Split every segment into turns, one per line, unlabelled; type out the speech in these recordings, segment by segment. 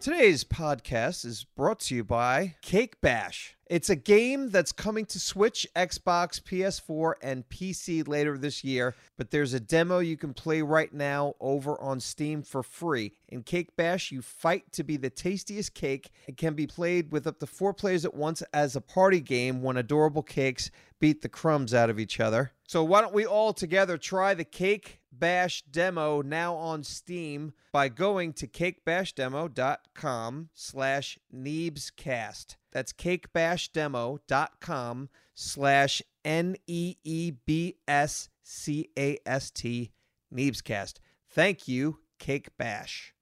Today's podcast is brought to you by Cake Bash. It's a game that's coming to Switch, Xbox, PS4, and PC later this year, but there's a demo you can play right now over on Steam for free. In Cake Bash, you fight to be the tastiest cake. It can be played with up to four players at once as a party game when adorable cakes beat the crumbs out of each other. So, why don't we all together try the Cake Bash demo now on Steam by going to cakebashdemo.com slash neebscast. That's cakebashdemo.com slash E N-E-E-B-S-C-A-S-T neebscast. Thank you, Cake Bash.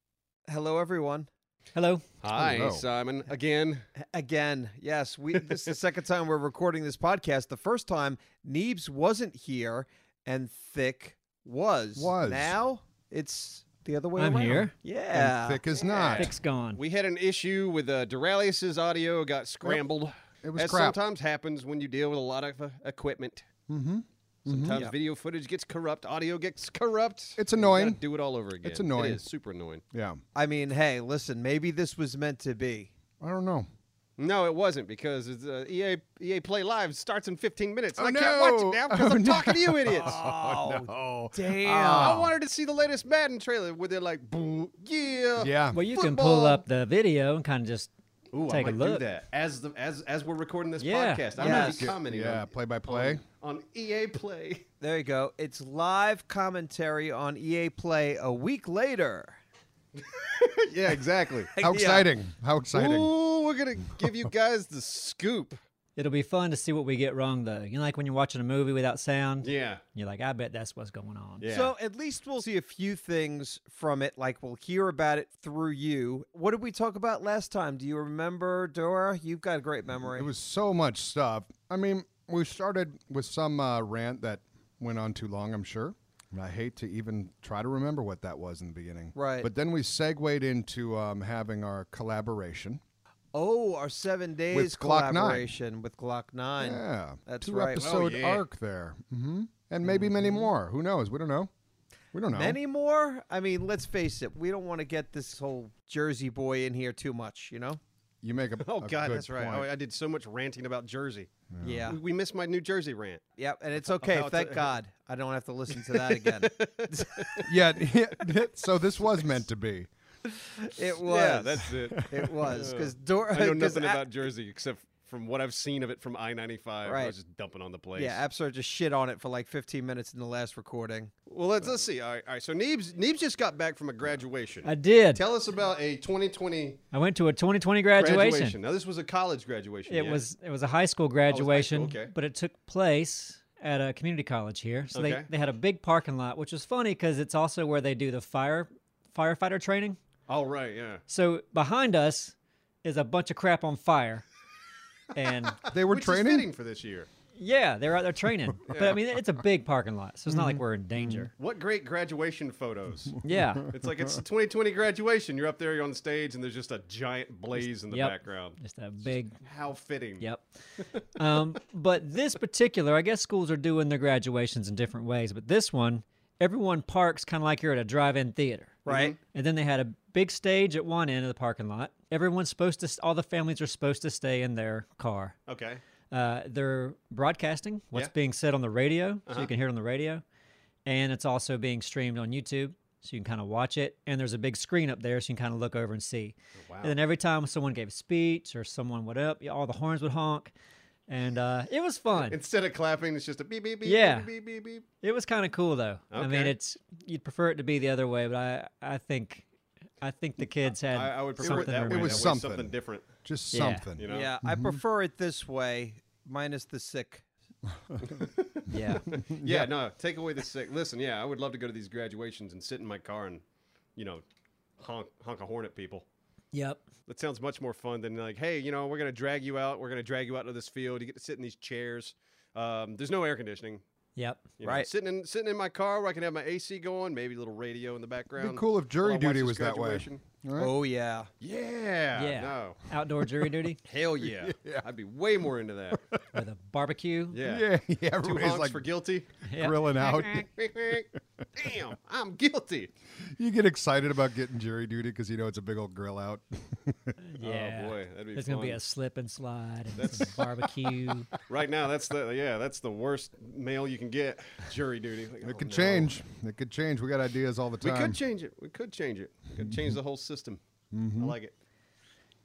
Hello, everyone.
Hello.
Hi,
Hello.
Simon. Um, Again,
Again, yes, we. This is the second time we're recording this podcast. The first time Neebs wasn't here, and Thick was.
Was.
now it's the other way
I'm
around.
here.
Yeah,
and thick is not.
Thick's gone.
we had an issue with uh, Duralius's audio got scrambled.
It was
as
crap.
sometimes happens when you deal with a lot of uh, equipment. Mm-hmm. Sometimes video footage gets corrupt, audio gets corrupt.
It's
You gotta
annoying.
do it all over again.
It's annoying.
It is super annoying.
Yeah,
I mean, hey, listen, maybe this was meant to be.
I don't know.
No, it wasn't because it's, uh, EA EA Play Live starts in 15 minutes. and
Oh,
I can't watch
no.
it now because
Oh,
I'm
no.
talking to you idiots.
Oh,
no.
damn!
I wanted to see the latest Madden trailer where they're like, "Boo, yeah,
Yeah.
Well, you can
football."
pull up the video and kind of just
Ooh,
take
I
a
might
look.
do that as the as as we're recording this
Yeah.
podcast. I'm
Yes.
gonna be commenting. on
Yeah,
it.
play by play.
on, on EA Play.
There you go. It's live commentary on EA Play a week later.
yeah, exactly.
How
Yeah.
exciting! How exciting!
Ooh, we're gonna give you guys the scoop.
It'll be fun to see what we get wrong, though. You know, like when you're watching a movie without sound.
Yeah,
You're like, I bet that's what's going on.
yeah.
So at least we'll see a few things from it. Like we'll hear about it through you. What did we talk about last time? Do you remember, Dora? You've got a great memory.
It was so much stuff. I mean, we started with some uh, rant that went on too long. I'm sure. And I hate to even try to remember what that was in the beginning.
Right.
But then we segued into um, having our collaboration.
oh, our seven days
Glock 9.
collaboration with Glock Nine.
Yeah.
That's
Two
right.
episode
Oh, yeah.
arc there. hmm And maybe many more. Who knows? We don't know. We don't know.
Many more? I mean, let's face it. We don't want to get this whole Jersey boy in here too much, you know?
You make a
oh
a
God,
good
that's right.
point.
Oh, I did so much ranting about Jersey.
Yeah.
We, we missed my New Jersey rant.
Yep. And it's okay.
About
Thank
to-
God. I don't have to listen to that again.
Oh,
yeah, yeah. So this was meant to be.
it was.
Yeah, that's it.
it was. Because Dora.
I know
'cause
nothing
A-
about Jersey except from what I've seen of it from I-95. I
Right.
was just dumping on the place.
Yeah, Absar just shit on it for like 15 minutes in the last recording.
Well, let's let's see. All right, all right. So Neebs Neebs just got back from a graduation.
I did.
Tell us about a 2020
I went to a 2020 graduation.
Now this was a college graduation.
It
yeah? Oh,
was it was a high school graduation,
okay.
but it took place at a community college here. So they,
Okay.
they had a big parking lot, which is funny because it's also where they do the fire firefighter training.
all right. Yeah.
So behind us is a bunch of crap on fire, and
They were
Which is
training.
fitting for this year.
yeah, they're out there training. But I mean, it's a big parking lot, so it's not like we're in danger.
What great graduation photos.
Yeah.
It's like it's the 2020 graduation. You're up there, you're on stage, and there's just a giant blaze in the
Yep.
background.
Just a big
How fitting.
Yep. um, but this particular, I guess schools are doing their graduations in different ways. But this one, everyone parks kind of like you're at a drive-in theater,
Mm-hmm.
Right.
And then they had a big stage at one end of the parking lot. Everyone's supposed to, all the families are supposed to stay in their car.
Okay.
Uh, they're broadcasting what's
Yeah. Uh-huh.
being said on the radio, so you can hear it on the radio, and it's also being streamed on YouTube, so you can kind of watch it. And there's a big screen up there, so you can kind of look over and see.
Oh, wow.
And then every time someone gave a speech or someone went up, all the horns would honk, and uh, it was fun.
Instead of clapping, it's just a beep beep beep.
Yeah.
Beep beep beep. beep.
it was kind of cool though. I mean,
Okay.
it's you'd prefer it to be the other way, but I I think I think the kids had
I, I would prefer
something.
it that
to
way.
It was
That way,
something.
something different.
Just
Yeah.
something.
You know.
Yeah,
Mm-hmm.
I prefer it this way, minus the sick.
yeah.
Yeah, no, take away the sick. Listen, yeah, I would love to go to these graduations and sit in my car and, you know, honk honk a horn at people.
yep.
That sounds much more fun than like, hey, you know, we're gonna drag you out. We're gonna drag you out to this field. You get to sit in these chairs. Um, there's no air conditioning.
Yep.
You know,
Right.
sitting in sitting in my car where I can have my AC going, maybe a little radio in the background.
cool if
while
jury
I watch
duty
this
was that way.
graduation.
All right.
Oh yeah.
Yeah.
Yeah.
No.
Outdoor jury duty
Hell yeah. I'd be way more into that.
with a barbecue.
Yeah.
yeah, yeah.
Two
Everybody's
honks
like
for guilty.
Yep.
grilling out.
Damn, I'm guilty.
you get excited about getting jury duty because you know it's a big old grill out.
Yeah.
Oh boy, that'd be
There's
fun.
gonna be a slip and slide and some barbecue.
Right now, that's the yeah, that's the worst mail you can get. Jury duty. Like, oh,
It could
no.
change. It could change. We got ideas all the
We
time.
could change it. We could change it. We could change the whole system.
Mm-hmm.
I like it.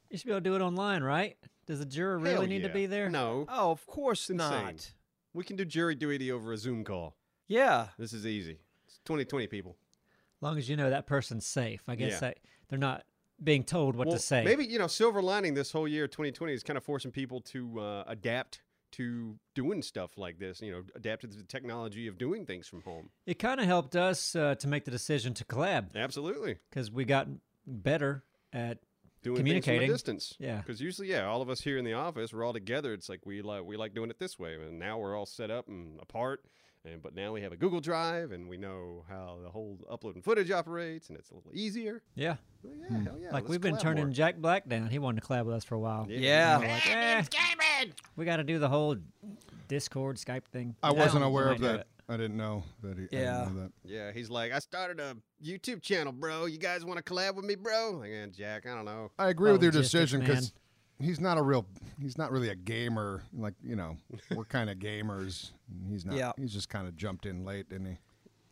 you should be able to do it online, right? Does the juror really
Hell
need to
yeah.
be there?
No,
Oh, of course
insane.
not.
we can do jury duty over a Zoom call.
Yeah.
This is easy. It's 2020 people.
long as you know that person's safe. I guess
Yeah.
that they're not being told what
Well,
to say.
Maybe you know, silver lining this whole year 2020 is kind of forcing people to uh, adapt to doing stuff like this. You know, adapt to the technology of doing things from home.
it kind of helped us uh, to make the decision to collab
Absolutely.
because we got better at
doing things
Communicating.
from a distance.
Yeah.
Because usually, yeah, all of us here in the office, we're all together. It's like we like we like doing it this way, and now we're all set up and apart. And but now we have a Google Drive, and we know how the whole uploading footage operates, and it's a little easier.
yeah,
Well, yeah, hell yeah.
Hmm. like
let's
we've been
collab
turning
more.
Jack Black down. He wanted to collab with us for a while.
Yeah.
Yeah.
We're like, eh, we got to do the whole Discord Skype thing.
I wasn't
Now we
aware
might
of
do
that.
it.
I didn't know that. He, I
Yeah.
didn't know that.
Yeah, he's like, I started a YouTube channel, bro. You guys want to collab with me, bro? Like, eh, Jack, I don't know.
I agree
Well,
with your
logistics,
decision because he's not a real. He's not really a gamer. Like you know, we're kind of gamers. and He's not.
Yeah.
He's just kind of jumped in late, didn't he?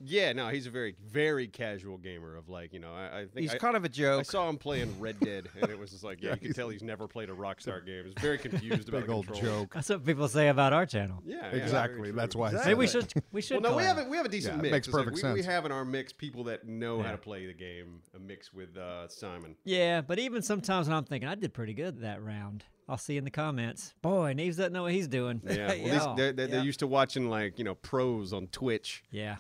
Yeah, no, he's a very, very casual gamer. Of like, you know, I, I think
He's
I,
kind of a
I
joke.
saw him playing Red Dead, and it was just like, yeah, you can tell he's never played a Rockstar game. He's very confused about
Big
the
old
controls.
joke.
That's what people say about our channel.
Yeah, yeah, very
exactly.
true.
That's why. I said
Maybe we
it.
should we should.
Well, no, we
collab.
have a, we have a decent
Yeah, it
mix.
makes
It's like
perfect
we, we
sense.
have in our mix people that know how
Yeah.
to play the game. A mix with uh, Simon.
Yeah, but even sometimes when I'm thinking I did pretty good that round, I'll see in the comments, boy, Neves doesn't know what he's doing.
Yeah, well, these-
Yeah.
they're, they're, they're
Yeah.
used to watching like you know pros on Twitch.
yeah.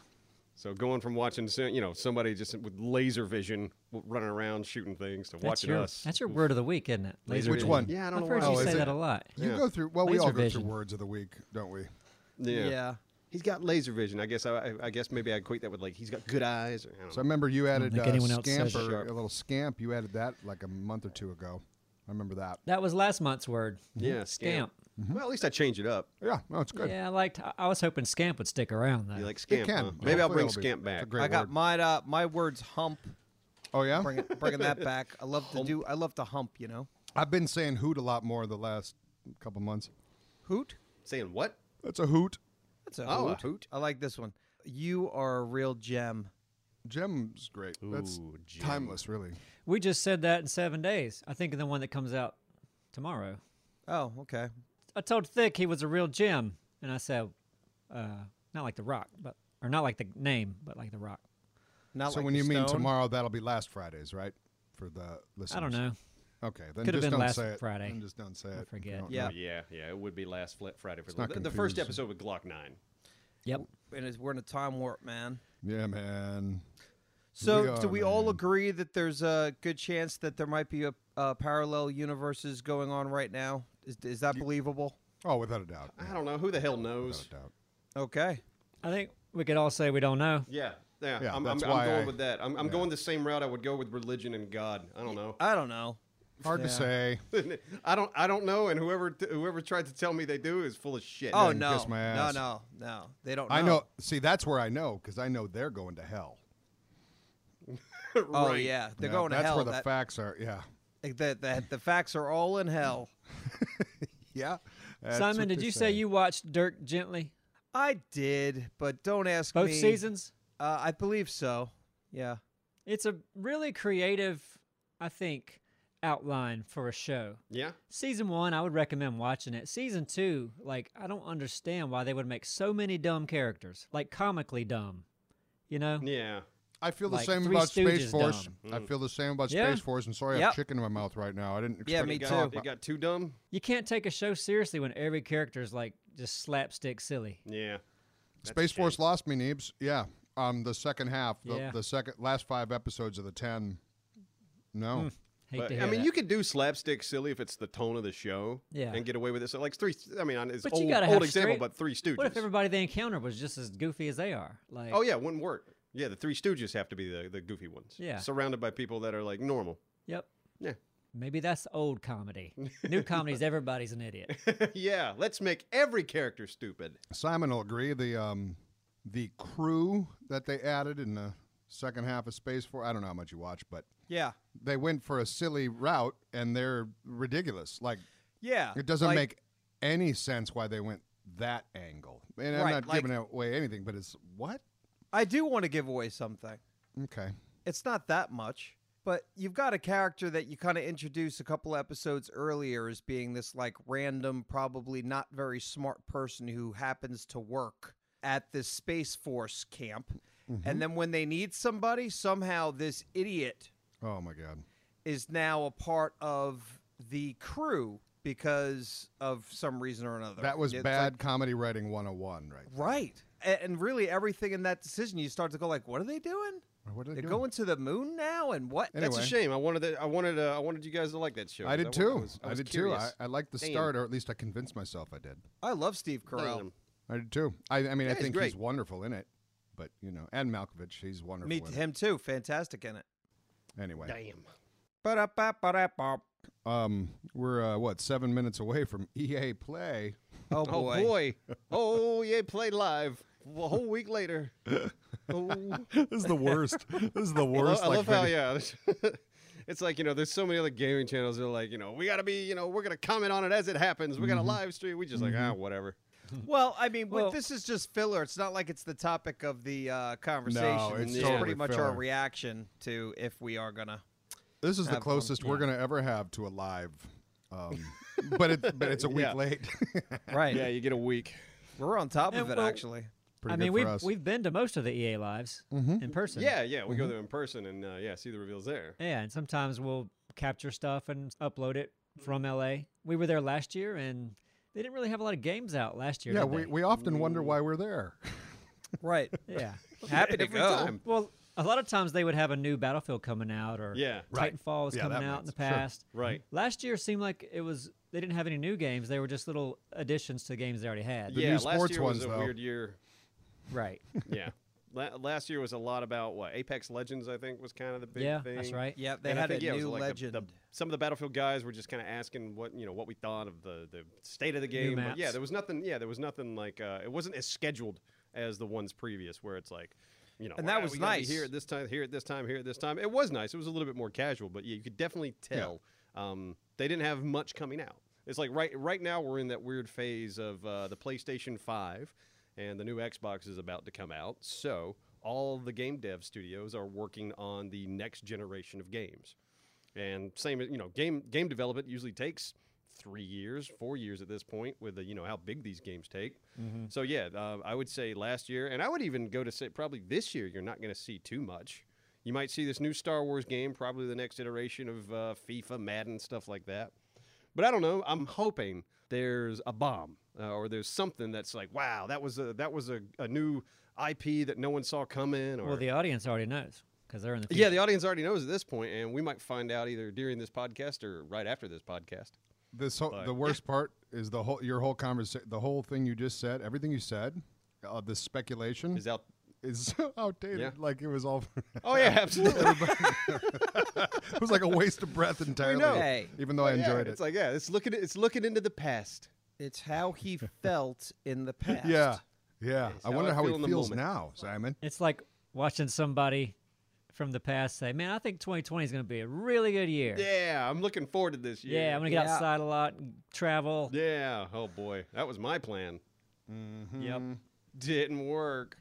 So going from watching so- you know somebody just with laser vision w- running around shooting things to watching
your,
us.
That's your word of the week, isn't it? Laser
Which
vision.
one?
Yeah, I don't
I've
know.
heard
Why.
you
Oh, is
say
it?
that a lot.
You
Yeah.
go through. Well, we
Laser
all go
vision.
through words of the week, don't we?
yeah.
yeah.
he's got laser vision. I guess I, I, I guess maybe I equate that with like he's got good eyes. Or, I don't
So
know.
I remember you added
think
uh,
anyone else said it.
scamper,
Sharp.
a little scamp. You added that like a month or two ago. I remember that.
That was last month's word.
Yeah,
Scamp.
Well, at least I change it up.
Yeah, no, it's good.
Yeah, I liked. I- I was hoping Scamp would stick around though.
You like
It
scamp?
can.
huh? Maybe I'll
Hopefully
bring
it'll be-
scamp
It's a
back.
great
I got
word.
my uh, my words hump.
Oh yeah.
Bring it, bringing that back. I love to do. I love to hump. You know.
I've been saying hoot a lot more the last couple months.
Hoot.
Saying what?
That's a hoot.
That's a
Oh, a
hoot.
hoot.
I like this one. You are a real gem.
Gem's great. That's
Ooh, gem.
timeless, really.
we just said that in seven days. I think of the one that comes out tomorrow.
Oh, okay.
I told Thick he was a real gem, and I said, uh, not like the Rock, but or not like the name, but like the Rock.
Not
so
like
when
the
you mean
stone.
tomorrow, that'll be last Friday's, right? For the listeners.
I don't know.
Okay, then
Could've
just
been
don't
last
say it.
Friday.
Then just don't say it. if you
forget.
don't
Yeah.
know.
Oh, Yeah, yeah. It would be last fl- Friday for the,
not
the, the first
confused.
episode with Glock Nine.
Yep.
and it's, we're in a time warp, man.
Yeah, man.
So,
We
do
are,
we all
man.
agree that there's a good chance that there might be a uh, parallel universes going on right now? Is, is that believable?
Oh, without a doubt.
I don't know. Who the hell knows?
Without a doubt.
Okay.
I think we could all say we don't know.
Yeah, yeah.
Yeah,
I'm, I'm, I'm
that's why
going
I-
with that. I'm, I'm going the same route I would go with religion and God. I don't know.
I don't know.
Hard to
Yeah.
say.
I don't. I don't know. And whoever t- whoever tried to tell me they do is full of shit.
Oh
and
no,
kiss my
no,
ass.
no, no. They don't. Know.
I know. See, that's where I know because I know they're going to hell.
right.
Oh yeah, they're
Yeah,
going to
that's
hell.
where the
That-
facts are. Yeah.
like, the, the, the facts are all in hell.
Yeah. that's
Simon,
what
did
they
you say you watched Dirk Gently
I did, but don't ask
both
me.
seasons?
Uh, I believe so. Yeah.
It's a really creative, I think, outline for a show.
Yeah.
Season one, I would recommend watching it. Season two, like, I don't understand why they would make so many dumb characters, like comically dumb. You know?
Yeah.
I feel the
like
same
Three
about Space
Stooges
Force.
dumb.
I feel the same about
Yeah.
Space Force. And sorry, I
Yep.
have chicken in my mouth right now. I didn't. Expect
Yeah, me
It
to
too.
talk
got,
about-
it got too dumb.
You can't take a show seriously when every character is like just slapstick silly.
Yeah. That's a
Space
shame.
Force lost me, Neebs. Yeah. Um, the second half, the,
Yeah.
the second last five episodes of the ten. No.
Hate
But,
to hear
I mean,
that.
you could do slapstick silly if it's the tone of the show.
Yeah.
And get away with it. So like three. I mean, it's
But you
old,
gotta
old
have
example,
straight-
but Three Stooges.
What if everybody they encounter was just as goofy as they are? Like,
oh yeah, it wouldn't work. Yeah, the Three Stooges have to be the, the goofy ones.
Yeah.
Surrounded by people that are like normal.
Yep.
Yeah.
Maybe that's old comedy. New comedy is everybody's an idiot.
yeah, let's make every character stupid.
Simon will agree. The um, the crew that they added in the second half of Space Force. I don't know how much you watch, but
Yeah.
they went for a silly route, and they're ridiculous. Like
Yeah.
it doesn't
Uh, Like,
make any sense why they went that angle. And I'm
Right,
not
like-
giving away anything, but it's what?
I do want to give away something.
Okay.
It's not that much, but you've got a character that you kind of introduced a couple episodes earlier as being this like random, probably not very smart person who happens to work at this Space Force camp.
Mm-hmm.
And then when they need somebody, somehow this idiot
Oh my god.
is now a part of the crew because of some reason or another.
That was
It's
bad
like-
comedy writing 101, right?
right. A- And really, everything in that decision, you start to go like, "What are they doing?
What are
They're
they doing?
going to the moon now, and what?"
Anyway.
That's a shame. I wanted that. I wanted. Uh, I wanted you guys to like that show.
I
'cause
did
wa-
too. I,
was- was
did
curious.
too. I, I liked the
Damn.
start, or at least I convinced myself I did.
I love Steve Carell.
Damn.
I did too. I, I mean, I
he's
think
great.
he's wonderful in it, but you know, and Malkovich, he's wonderful.
Me,
in
him too. Fantastic in it.
It. Anyway,
Damn.
Ba-da-ba-ba-da-ba.
um, we're uh, what seven minutes away from EA Play.
Oh
Oh
boy.
boy. oh yeah. Play live. A whole week later. Oh.
this is the worst. this is the
I lo-
worst.
I love, how yeah. It's like you know, there's so many other gaming channels that are like you know, we gotta be you know, we're gonna comment on it as it happens. We gotta live stream. We just like ah, whatever.
Well, I mean, but
Well-
this is just filler. It's not like it's the topic of the uh, conversation.
it's
just
totally
pretty much our
filler.
reaction to if we are gonna.
This is
Have
the
fun.
closest we're gonna ever have to a live, um, but it, but it's a week
Yeah.
late.
Right.
Yeah, you get a week.
We're on top of
And
it
well-
actually.
Pretty
I
good
mean,
for
we've
us. Mm-hmm.
we've been to most of the EA lives in person.
Yeah, yeah, we go there in person and uh, yeah, see the reveals there.
Yeah, and sometimes we'll capture stuff and upload it from LA. We were there last year, and they didn't really have a lot of games out last year.
yeah,
did
we,
they?
we often wonder why we're there.
Right.
yeah.
Happy to
Every
go.
time.
Well, a lot of times they would have a new Battlefield coming out, or
Yeah.
Right.
Titanfall was
Yeah,
coming
that
out in the
makes- sure.
past.
Right.
Last year seemed like it was they didn't have any new games. They were just little additions to games they already had.
The
yeah,
new
last
sports
year
ones,
was a
though.
weird year.
Right.
Yeah. La- last year was a lot about what Apex Legends I think was kind of the big
yeah,
thing.
that's right.
Yeah, they
And I
had
think,
a
yeah, it was
new
like the-
legend.
the- some of the Battlefield guys were just kind of asking what you know what we thought of the, the state of the game. But yeah,
maps.
there was nothing. Yeah, there was nothing like uh, it wasn't as scheduled as the ones previous, where it's like you know,
And that
"Ah,
was
we gotta be
nice.
here at this time, here at this time, here at this time. It was nice. It was a little bit more casual, but yeah, you could definitely tell um, they didn't have much coming out. It's like right right now we're in that weird phase of uh, the PlayStation Five, and the new Xbox is about to come out, so. All the game dev studios are working on the next generation of games. And same, you know, game game development usually takes three years, four years at this point, with the, you know how big these games take. So yeah, uh, I would say last year, and I would even go to say probably this year, you're not going to see too much. You might see this new Star Wars game, probably the next iteration of uh, FIFA, Madden, stuff like that. But I don't know. I'm hoping there's a bomb uh, or there's something that's like, wow, that was a that was a, a new IP that no one saw coming. Or
Well, the audience already knows because they're in the
yeah,
future.
the audience already knows at this point, and we might find out either during this podcast or right after this podcast.
This whole,
But-
the worst part is the whole your whole conversation, the whole thing you just said, everything you said, uh, the speculation
Is out.
is so outdated.
Yeah.
Like it was all,
Oh yeah, absolutely.
it was like a waste of breath entirely.
know.
Hey.
Even though I
Yeah,
enjoyed it.
It's like yeah, it's looking it's looking into the past.
It's how he felt in the past.
yeah, yeah.
it's
I
how
wonder
I
how
feel in
he
the
feels
moment.
now, Simon.
It's like watching somebody from the past say, "Man, I think 2020 is going to be a really good year.
Yeah, I'm looking forward to this year.
Yeah, I'm going to get
Yeah.
outside a lot, and travel."
Yeah. Oh boy, that was my plan.
Mm-hmm.
Yep.
Didn't work.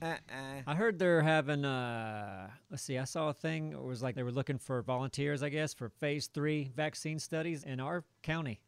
Uh-uh.
I heard they're having. Uh, let's see. I saw a thing. It was like they were looking for volunteers, I guess, for phase three vaccine studies in our county.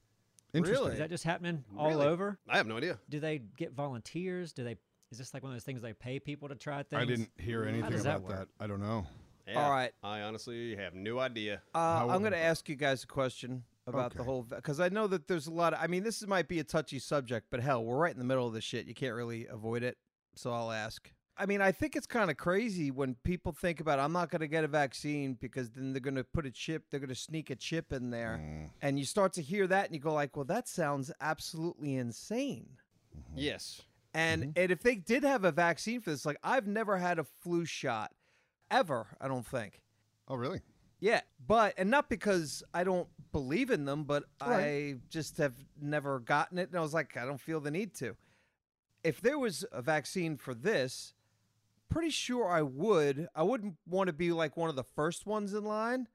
Interesting.
Really?
Is that just happening all
Really?
over?
I have no idea.
Do they get volunteers? Do they? Is this like one of those things they pay people to try things?
I didn't hear anything
does that
about that.
work?
I don't know.
Yeah,
All right.
I honestly have no idea.
Uh,
How-
I'm going to ask you guys a question about the
Okay.
whole because I know that there's a lot. Of, I mean, this might be a touchy subject, but hell, we're right in the middle of this shit. You can't really avoid it, so I'll ask. I mean, I think it's kind of crazy when people think about I'm not going to get a vaccine because then they're going to put a chip, they're going to sneak a chip in there,
Mm.
and you start to hear that and you go like, well, that sounds absolutely insane.
Yes.
And and if they did have a vaccine for this, like I've never had a flu shot ever, I don't think.
Oh, really?
Yeah, but and not because I don't believe in them, but I just have never gotten it, and I was like, I don't feel the need to. If there was a vaccine for this, pretty sure I would. I wouldn't want to be like one of the first ones in line,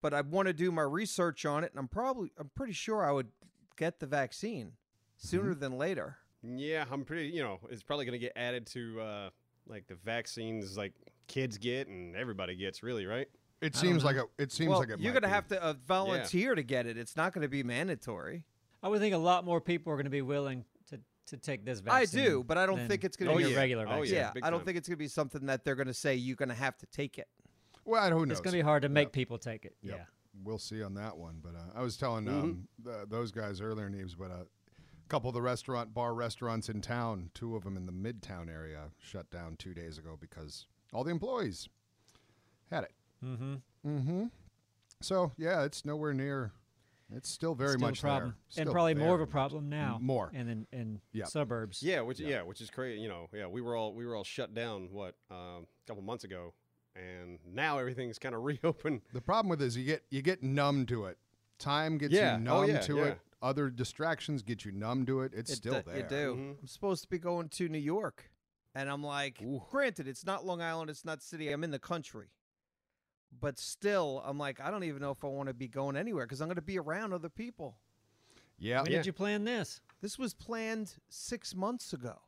but I want to do my research on it, and I'm probably, I'm pretty sure I would get the vaccine sooner than later.
Yeah, I'm pretty. You know, it's probably going to get added to uh, like the vaccines like kids get and everybody gets really right.
It seems like a. It seems
well,
like it.
you're
might
gonna
be.
have to uh, volunteer to get it. It's not going to be mandatory.
I would think a lot more people are going to be willing to, to take this vaccine.
I do, but I don't
than-
think it's going
than
to
Oh,
be
your
yeah.
regular
Oh,
vaccine.
yeah,
big
I don't
time.
think it's going to be something that they're going to say you're going to have to take it.
Well, who knows?
It's going to be hard to make people take it.
Yep.
Yeah.
We'll see on that one. But uh, I was telling
Mm-hmm.
um, th- those guys earlier, Neves, but uh, a couple of the restaurant bar restaurants in town, two of them in the Midtown area, shut down two days ago because all the employees had it. Mm-hmm. Mm-hmm. So yeah, it's nowhere near. It's still very
Still a
much
problem.
there. Still
and probably more of
very
a
much.
problem now.
More.
And in, in
Yep.
suburbs.
Yeah, which yeah. which is crazy. You know, yeah, we were all we were all shut down what um, a couple months ago, and now everything's kind of reopened.
The problem with it is you get you get numb to it. Time gets
Yeah. Oh,
you numb
yeah,
to
yeah.
it. Other distractions get you numb to it. It's
It
still
do-
there.
You do.
Mm-hmm.
I'm supposed to be going to New York, and I'm like, granted, it's not Long Island, it's not city. I'm in the country, but still, I'm like, I don't even know if I want to be going anywhere because I'm going to be around other people.
Yeah.
When
Yeah.
did you plan this?
This was planned six months ago.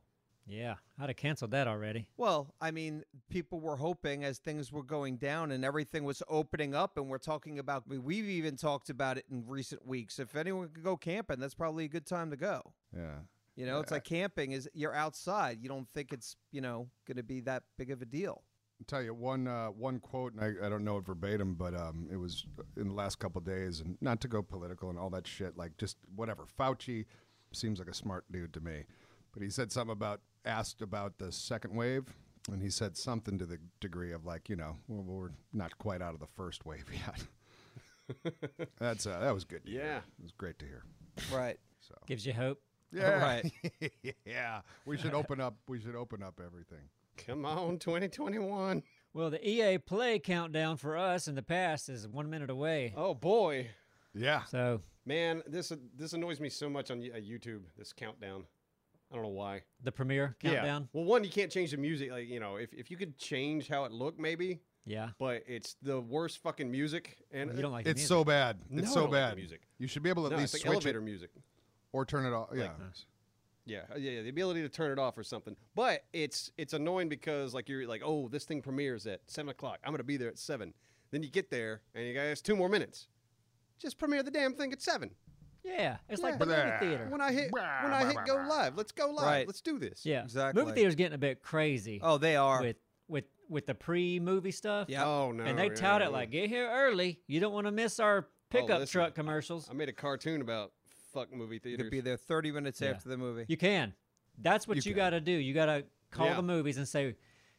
Yeah. I'd have canceled that already.
Well, I mean, people were hoping as things were going down and everything was opening up, and we're talking about, I mean, we've even talked about it in recent weeks. If anyone could go camping, that's probably a good time to go.
Yeah.
You know, it's like camping is you're outside. You don't think it's, you know, going to be that big of a deal.
tell you one uh, one quote, and I, I don't know it verbatim, but um, it was in the last couple of days, and not to go political and all that shit, like just whatever. Fauci seems like a smart dude to me, but he said something about asked about the second wave, and he said something to the degree of like, you know, well, we're not quite out of the first wave yet. That's uh, that was good. To hear.
Yeah.
it was great to hear.
Right.
Gives you hope.
Yeah,
Right.
yeah. We should open up. We should open up everything.
Come on, 2021.
Well, the EA Play countdown for us in the past is one minute away.
Oh boy,
Yeah.
So
man, this uh, this annoys me so much on y- uh, YouTube. This countdown, I don't know why.
the premiere countdown.
Well, one, you can't change the music. Like you know, if if you could change how it looked, maybe.
Yeah.
But it's the worst fucking music, and uh,
You don't like the
It's
music.
so bad. It's
No, I
so
don't like the
bad.
music.
You should be able to at
no, it's
least
like
switch
elevator
it
music.
or turn it off. Yeah.
Yeah, uh, yeah, yeah, the ability to turn it off or something. But it's it's annoying because like you're like, oh, this thing premieres at seven o'clock. I'm gonna be there at seven. Then you get there and you guys two more minutes. Just premiere the damn thing at seven.
Yeah. It's
Yeah.
like the movie
Blah.
theater.
When I hit when I hit go live, let's go live.
Right.
Let's do this.
Yeah,
Exactly.
Movie theaters getting a bit crazy.
Oh, they are.
with with with the pre-movie stuff.
Yeah.
Oh no.
and they
yeah,
tout
yeah.
it like get here early. You don't want to miss our pickup
listen,
truck commercials.
I made a cartoon about fuck movie
you
theaters.
could be there 30 minutes
Yeah.
after the movie.
you can. That's what you,
can.
got to do. You got to call
Yeah.
the movies and say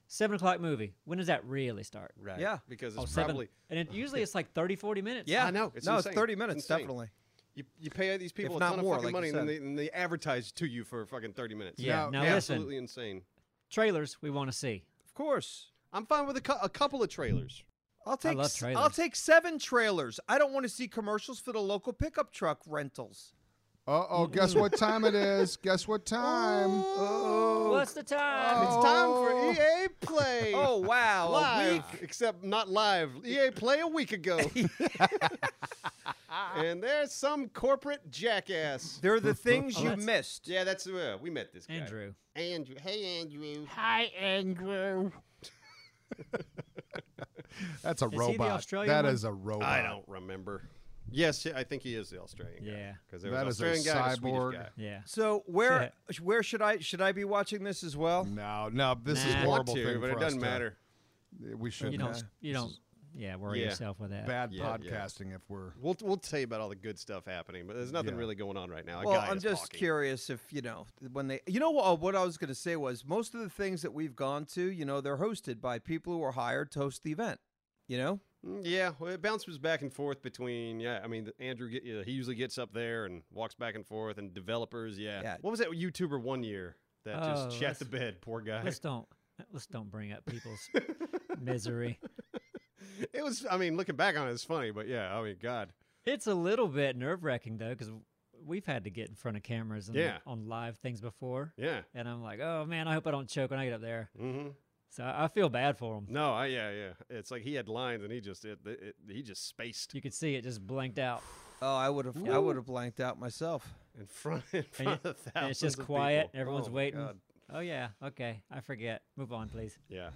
seven o'clock movie. When does that really start?
Right.
Yeah.
Because it's
Oh, seven.
probably
and it, usually it's like 30, 40 minutes.
yeah.
I know, it's
no,
insane.
it's 30
It's
minutes,
insane.
definitely.
you, you pay these people a
not
ton
more,
of fucking
like you
money and then
said.
they, and they advertise to you for fucking thirty minutes.
Yeah.
Now-
Now,
Yeah,
listen,
absolutely insane.
trailers we want to see.
Of course.
I'm fine with a, cou- a couple of trailers.
I'll take
love
s- I'll
trailers.
take 7 trailers. I don't want to see commercials for the local pickup truck rentals.
Uh oh, guess what time it is? Guess what time?
Oh. What's the time?
It's Oh. time
oh.
for E- EA Play.
Oh, wow. A
live,
week.
except not live. EA Play a week ago. and there's some corporate jackass.
They're the things
Oh,
you
that's-
missed.
Yeah, that's uh, we met this guy.
Andrew.
Andrew. Hey, Andrew.
That's a
he the
robot.
Australian
That
one?
is a robot.
I don't remember. Yes, I think he is the Australian.
Yeah.
because there was
That
an
is a
Australian guy and a Swedish
cyborg.
guy.
Yeah.
So where where should I should I be watching this as well?
No, no, this is
Nah.
a
Want
horrible
to,
thing
but
for
it
us
doesn't
to-
matter.
we should
You
uh,
don't. You
this
don't.
is
Yeah. Worry
Yeah.
yourself with that.
Bad
Yeah, yeah.
podcasting if we're.
We'll we'll tell you about all the good stuff happening, but there's nothing
Yeah.
really going on right now. A
Well,
guy
I'm
is
just
talking.
curious if you know when they. You know what? uh, What I was going to say was most of the things that we've gone to, you know, they're hosted by people who are hired to host the event. You know,
Mm, Yeah, well, it bounces back and forth between. Yeah, I mean, the- Andrew get, yeah, he usually gets up there and walks back and forth, and developers. Yeah,
Yeah.
what was that YouTuber one year that
Oh,
just
let's-
chat the bed? Poor guy.
Let's don't. Let's don't bring up people's misery.
It was. I mean, looking back on it, it's funny, but yeah. I mean, God.
It's a little bit nerve wracking though, because we've had to get in front of cameras and
Yeah.
on live things before,
Yeah.
and I'm like, oh man, I hope I don't choke when I get up there.
Mm-hmm.
So I I feel bad for him.
No. I, yeah. Yeah. It's like he had lines, and he just it, it, it- he just spaced
You could see it just blanked out,
Oh, I would have. I would have blanked out myself.
in front in
and,
front
you-
of thousands.
and it's just
of
quiet.
people.
Everyone's
Oh,
waiting.
God.
Oh yeah, okay, I forget. Move on, please.
Yeah.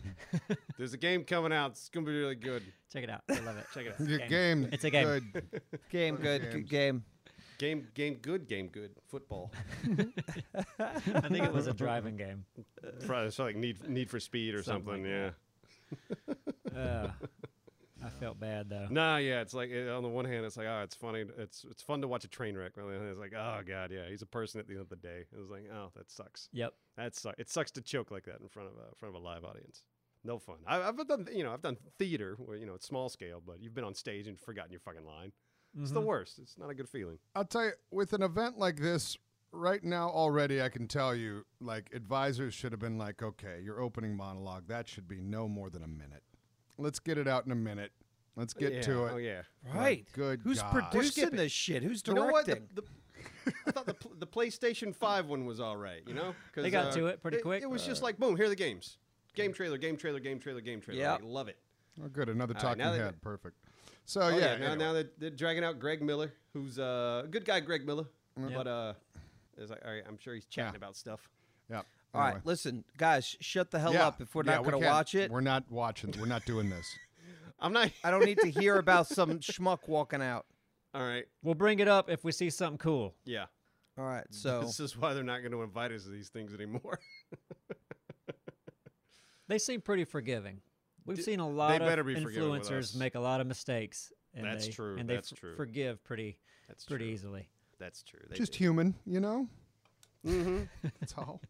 There's a game coming out. It's gonna be really good.
Check it out. I love it. Check it out.
Your game.
It's a game.
Good.
Game good,
games.
good game.
Game. Game. Good. Game. Good. Football.
I think it was a driving game.
Probably it's like Need Need for Speed or something.
Something like
yeah.
Ugh. I felt bad though.
Nah, yeah, it's like eh, on the one hand, it's like, oh, it's funny, it's it's fun to watch a train wreck. but On the other hand, it's like, oh god, yeah, he's a person at the end of the day. It was like, oh, that sucks.
Yep.
That sucks. It sucks to choke like that in front of a in front of a live audience. No fun. I, I've done, you know, I've done theater where you know it's small scale, but you've been on stage and forgotten your fucking line. It's the worst. It's not a good feeling.
I'll tell you, with an event like this, right now already, I can tell you, like, advisors should have been like, okay, your opening monologue, that should be no more than a minute. Let's get it out in a minute. Let's get
Yeah.
to it.
Oh yeah.
Right.
good
Who's
God. We're
producing
skipping.
this shit? Who's directing?
You know what? The- the- I thought the, pl- the PlayStation Five one was all right. You know, 'Cause, uh,
They got to it pretty quick. uh,
It was just like, boom, here are the games. Game trailer, game trailer, game trailer, game trailer.
Yep.
Like, love it.
Oh, good. Another
All right,
talking
now that-
head. Perfect. So,
Oh,
yeah.
yeah, now,
anyway.
now they're, they're dragging out Greg Miller, who's uh, a good guy, Greg Miller.
Yeah.
But uh, is like, all right, I'm sure he's chatting
Yeah.
about stuff.
yeah.
All right,
anyway.
listen, guys, sh- shut the hell
Yeah,
up if we're
yeah,
not
we
going to
can't-
watch it.
We're not watching. We're not doing this.
I'm not.
I don't need to hear about some schmuck walking out.
all right.
We'll bring it up if we see something cool.
Yeah.
All right, so
This is why they're not going to invite us to these things anymore.
They seem pretty forgiving. We've seen a lot
they better
of
be forgiving with us.
influencers make a lot of mistakes. And
That's
they,
true,
And they
that's true.
forgive pretty
That's
pretty
true.
easily.
That's true. They
Just
do.
human, you know? Mm-hmm. That's all.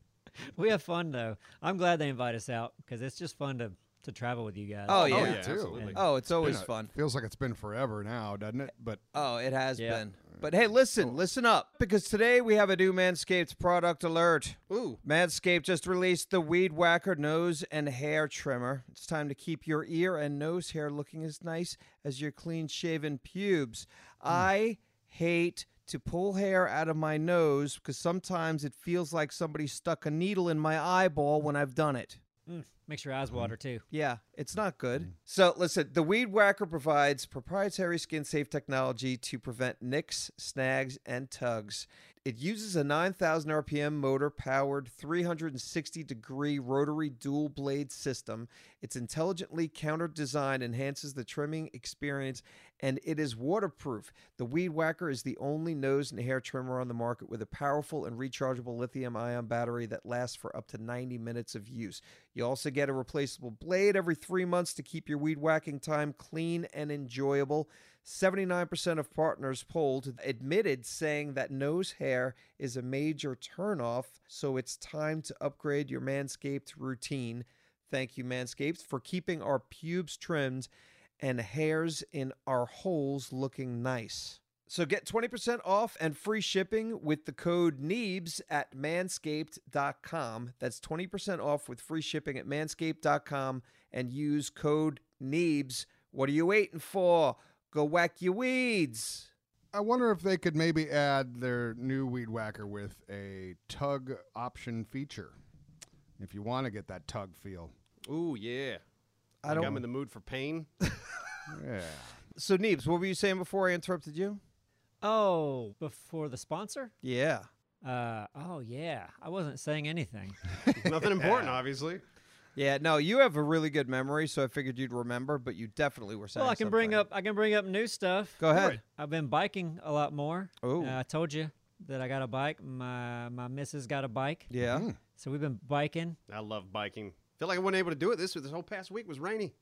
We have fun though. I'm glad they invite us out because it's just fun to to travel with you guys.
Oh,
Oh,
yeah.
yeah,
too.
absolutely.
oh, it's always
Yeah,
fun.
Feels like it's been forever now, doesn't it? But
Oh, it has
Yeah.
been. But hey, listen, listen up, because today we have a new Manscaped product alert.
Ooh.
Manscaped just released the Weed Whacker nose and hair trimmer. It's time to keep your ear and nose hair looking as nice as your clean shaven pubes. I hate to pull hair out of my nose because sometimes it feels like somebody stuck a needle in my eyeball when I've done it.
Mm, makes your eyes water too.
Yeah, it's not good. So, listen, the Weed Whacker provides proprietary skin safe technology to prevent nicks, snags, and tugs. It uses a 9,000 RPM motor powered 360 degree rotary dual blade system. Its intelligently countered design enhances the trimming experience and it is waterproof. The Weed Whacker is the only nose and hair trimmer on the market with a powerful and rechargeable lithium ion battery that lasts for up to 90 minutes of use. You also get a replaceable blade every three months to keep your weed whacking time clean and enjoyable. 79% of partners polled admitted saying that nose hair is a major turnoff, so it's time to upgrade your Manscaped routine. Thank you, Manscaped, for keeping our pubes trimmed and hairs in our holes looking nice. So get 20% off and free shipping with the code E NEEBS at manscaped.com. That's 20% off with free shipping at manscaped.com and use code E NEEBS. What are you waiting for? Go whack your weeds.
I wonder if they could maybe add their new weed whacker with a tug option feature. If you want to get that tug feel.
Ooh, yeah.
I
I'm in
don't.
the mood for pain.
Yeah.
So E Neebs, what were you saying before I interrupted you?
Oh, before the sponsor?
Yeah.
Uh, oh yeah. I wasn't saying anything.
Nothing important, obviously.
Yeah, no, you have a really good memory, so I figured you'd remember, but you definitely were saying
well, I can bring
something.
up I can bring up new stuff.
Go ahead.
I've been biking a lot more.
Ooh.
Uh, I told you that I got a bike. My my missus got a bike.
Yeah.
So we've been biking.
I love biking. Feel like I wasn't able to do it this this whole past week was rainy.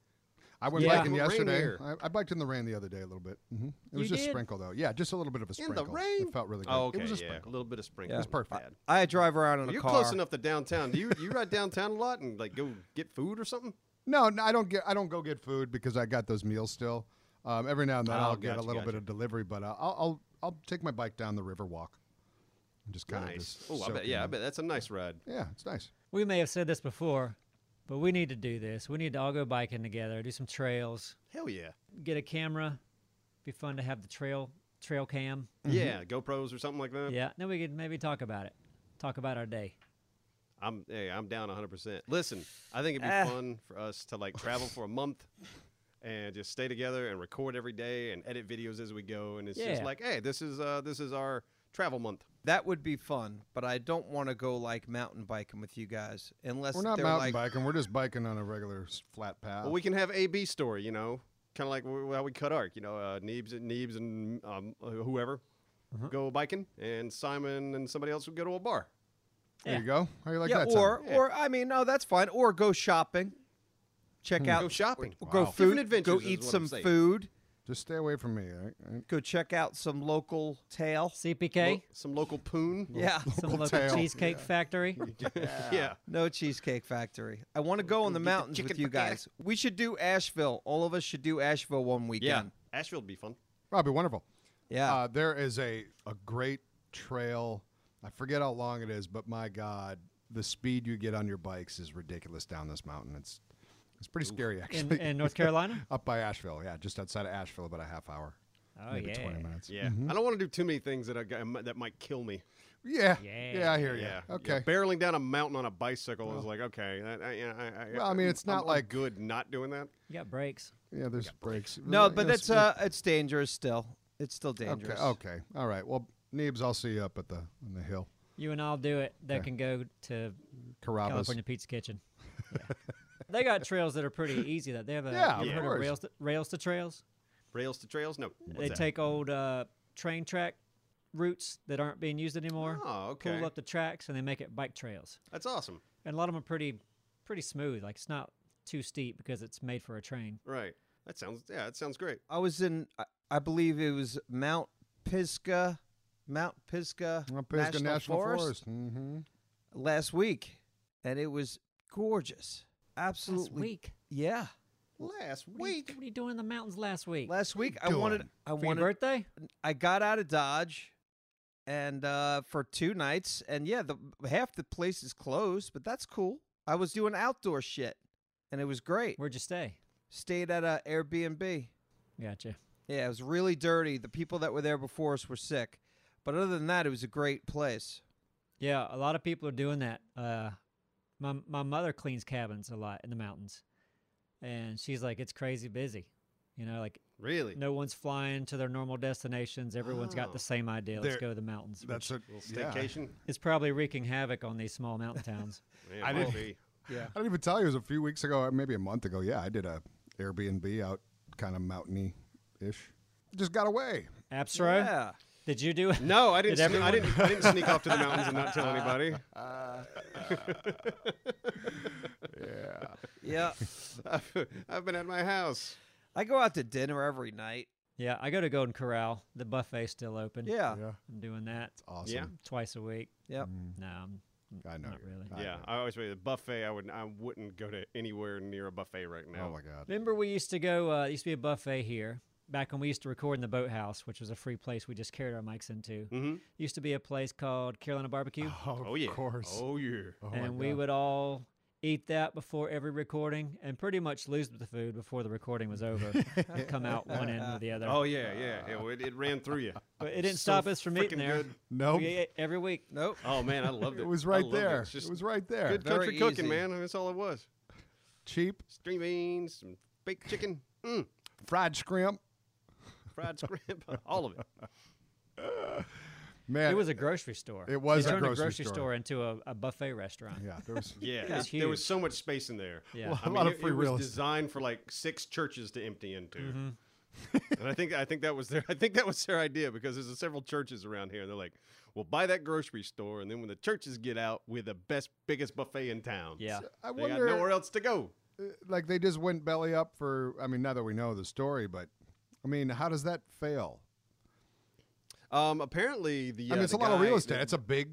I went
Yeah.
biking
Rain
yesterday.
here.
I, I biked in the rain the other day a little bit. hmm It
You
was just
did?
sprinkle though. Yeah, just a little bit of a
In
sprinkle.
the rain.
It felt really good.
Oh, okay,
It was a
yeah.
sprinkle.
A little bit of sprinkle.
Yeah.
It's
It's
perfect.
bad.
I drive around in a
You're
car.
close enough to downtown. Do you you ride downtown a lot and like go get food or something?
No, no, I don't get. I don't go get food because I got those meals still. Um, every now and then
Oh,
I'll get a
gotcha,
little bit
gotcha.
of delivery, but uh, I'll, I'll I'll take my bike down the river walk. And just kind of
Nice.
just.
Oh, I
soak
bet.
in
Yeah, I
the-
bet that's a nice ride.
Yeah, it's nice.
We may have said this before, But we need to do this. We need to all go biking together, do some trails,
Hell yeah.
get a camera. Be fun to have the trail trail cam.
Yeah, GoPros or something like that.
Yeah, then we could maybe talk about it. Talk about our day.
I'm hey, I'm down 100%. Listen, I think it'd be
Ah.
fun for us to like travel for a month and just stay together and record every day and edit videos as we go and it's just
Yeah.
like, hey, this is uh this is our travel month.
That would be fun, but I don't want to go like mountain biking with you guys unless
We're not
they're like
mountain biking. We're just biking on a regular s- flat path.
Well, we can have a B story, you know, kind of like wh- how we cut arc, you know, uh, Neebs and Neebs and um, uh, whoever go biking, and Simon and somebody else would go to a bar.
there
Yeah.
you go. How you like
yeah,
that? Simon?
or
Yeah.
or I mean, no, that's fine. Or go shopping, check
Hmm.
out
Go shopping.
or go
Wow.
food,
Different adventures
go
is
eat
what I'm
some
saying.
food,
just stay away from me. all right? All right?
go check out some local tail.
CPK,
Lo- some local poon.
Yeah,
some
Local
local
tail.
cheesecake factory.
yeah.
no cheesecake factory. I want to go in the
get the
mountains with
chicken
you
potato.
guys. We should do Asheville. All of us should do Asheville one
Yeah.
weekend.
Asheville would be fun.
That'd be wonderful.
Yeah,
Uh, there is a, a great trail. I forget how long it is, but my God, the speed you get on your bikes is ridiculous down this mountain. It's it's pretty scary,
in,
actually.
in North Carolina?
Up by Asheville, yeah, just outside of Asheville, about a half hour.
Oh,
maybe
yeah.
20 minutes.
Yeah. I don't want to do too many things that I, got- that might kill me.
Yeah.
Yeah.
Yeah, I hear you.
Yeah.
Okay.
barreling down a mountain on a bicycle is like okay. I, I, yeah, I, I,
Well, I mean, it's
I'm-
not
I'm
like-
good not doing that.
You got breaks.
Yeah, there's breaks.
no,
Yeah,
but
it's-
it's uh, it's dangerous still. It's still
Okay.
dangerous.
Okay. All right. Well, Neebs, I'll see you up at the on the hill.
You and I'll do it. They can go to
Carabas.
California Pizza Kitchen. Yeah. they got trails that are pretty easy. That they have a
Yeah,
you
of
heard
course.
rails to, rails to trails.
Rails to trails? No. What's
they
that?
take old uh, train track routes that aren't being used anymore.
Oh, okay.
Pull up the tracks and they make it bike trails.
That's awesome.
And a lot of them are pretty pretty smooth. Like it's not too steep because it's made for a train.
Right. That sounds yeah. That sounds great.
I was in, I- I believe it was Mount Pisgah, Mount Pisgah,
Mount Pisgah
National, Forest,
Mm-hmm.
last week, and it was gorgeous. Absolutely,
Last week.
yeah.
Last
What are you- What are you doing in the mountains last week?
Last week, I
doing?
wanted, I
for
wanted,
your birthday?
I got out of Dodge, and uh, for two nights, and yeah, the half the place is closed, but that's cool. I was doing outdoor shit, and it was great.
Where'd you stay?
Stayed at a Airbnb.
Gotcha.
Yeah, it was really dirty. The people that were there before us were sick, but other than that, it was a great place.
Yeah, a lot of people are doing that. Uh, my my mother cleans cabins a lot in the mountains, and she's like, it's crazy busy. You know, like
Really?
no one's flying to their normal destinations. Everyone's got
Oh.
the same idea.
There-
Let's go to the mountains.
That's
which
a
little
yeah.
staycation.
is probably wreaking havoc on these small mountain towns.
Man,
I
might
didn't-
be.
Yeah.
I didn't even tell you. It was a few weeks ago, or maybe a month ago. Yeah, I did a Airbnb out kind of mountainy ish. Just got away.
Absro,
Yeah.
did you do it?
No, I didn't.
Did
sne- I
everyone-
didn't. I didn't sneak off to the mountains and not tell anybody.
Yeah.
Yeah.
I've, I've been at my house.
I go out to dinner every night.
Yeah, I go to Golden Corral. The buffet's still open.
Yeah.
yeah.
I'm doing that
It's awesome. Mm,
Yeah.
twice a week.
Yep.
No, I'm
I know.
not
you're-
really.
I
Yeah,
know.
I always wait. The buffet. I would. I wouldn't go to anywhere near a buffet right now.
Oh my God.
Remember, we used to go. Uh, there used to be a buffet here back when we used to record in the boathouse, which was a free place we just carried our mics into.
Mm-hmm.
Used to be a place called Carolina Barbecue,
Oh,
Oh yeah.
Of course.
Oh yeah.
Oh, my
and we
God.
would all eat that before every recording, and pretty much lose the food before the recording was over, and come out one end or the other.
Oh yeah. Yeah. yeah, well, it, it ran through you.
but it didn't
so
stop us from eating
freaking
there.
good.
Nope.
We ate every week.
Nope.
Oh man, I loved it.
It was
I
right
loved
there.
It's just
it was right there.
good
Very
country cooking,
easy.
man. That's all it was.
Cheap
String beans, some baked chicken, mm,
fried scrimp.
fried scrimp, all of it.
Man,
It was a grocery store.
It was
they
a
turned
grocery store.
into a, a buffet restaurant.
yeah. There was
Yeah,
It was
it- there was
huge.
so much space in there.
Yeah. Well,
a lot of
it-
free
it, was
real estate.
designed for like six churches to empty into.
Mm-hmm.
and I think I think that was their I think that was their idea because there's several churches around here. They're like, "We'll buy that grocery store, and then when the churches get out, we're the best, biggest buffet in town."
Yeah.
I
they got
wonder,
nowhere else to go.
uh, like, they just went belly up for. I mean, now that we know the story, but I mean, how does that fail?
Um, apparently, the
I mean,
uh,
it's a
the
lot of real
guy-
estate.
the-
it's a big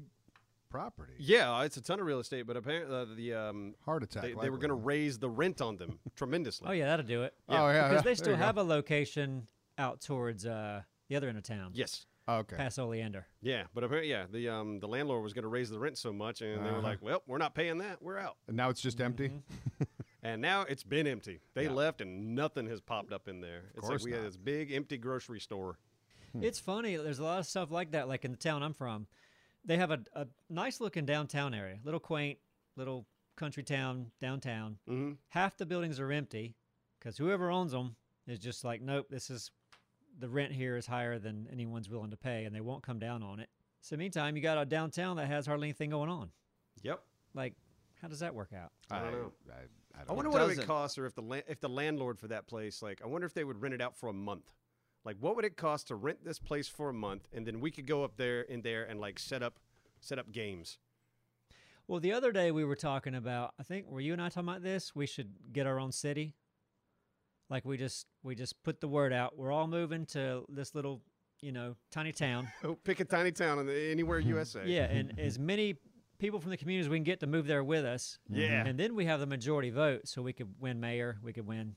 property.
yeah, it's a ton of real estate, but apparently uh, the um,
Heart attack.
they, they were going to
likely.
raise the rent on them tremendously.
Oh yeah, that'll do it.
Oh yeah.
because
yeah,
they
there
still
you go.
have a location out towards uh, the other end of town.
Yes.
Oh, Okay.
Paso Leander.
Yeah, but apparently, yeah, the um the landlord was going to raise the rent so much, and they were
Uh-huh.
like, "Well, we're not paying that. We're out."
And now it's just empty.
Mm-hmm. And now it's been empty. They
Yeah.
left, and nothing has popped up in there. it's like
course
we had
not.
this big empty grocery store.
It's funny. There's a lot of stuff like that. Like in the town I'm from, they have a, a nice looking downtown area, little quaint, little country town downtown.
Mm-hmm.
Half the buildings are empty because whoever owns them is just like, nope, this is the rent here is higher than anyone's willing to pay, and they won't come down on it. So meantime, you got a downtown that has hardly anything going on.
Yep.
Like, how does that work out?
I don't know.
I, I don't
I wonder
know.
what it would
doesn't.
cost, or if the la- if the landlord for that place, like, I wonder if they would rent it out for a month. Like, what would it cost to rent this place for a month, and then we could go up there and there and like set up set up games.
Well, the other day we were talking about. I think were you and I talking about this? We should get our own city. Like we just we just put the word out. We're all moving to this little you know tiny town.
Oh, pick a tiny town in the, anywhere USA.
yeah, and as many people from the community as we can get to move there with us.
Yeah.
and then we have the majority vote, so we could win mayor, we could win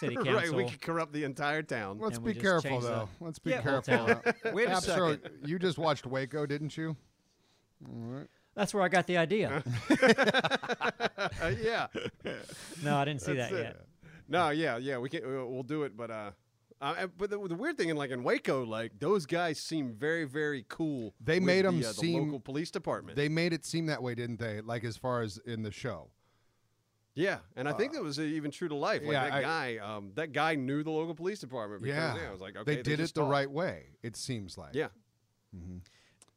city council.
right. We could corrupt the entire town.
Let's
and we
be
just
careful,
change the-
though. Let's be
Yeah, whole
careful.
town.
Wait a
Ab, so
second.
you just watched Waco, didn't you?
That's where I got the idea.
Uh, yeah.
No, I didn't see that
That's it.
yet.
No, yeah, yeah, we can. We'll we'll do it, but uh, uh but the, the weird thing in like in Waco, like those guys seem very, very cool.
They
with
made 'em
the, uh, the
seem-
local police department.
They made it seem that way, didn't they? Like as far as in the show.
yeah, and I think that was uh, even true to life. Like
yeah,
that
I-
guy, um, that guy knew the local police department. Because, yeah, I was like, okay,
they did
just
it the
talk.
right way. It seems like.
Yeah,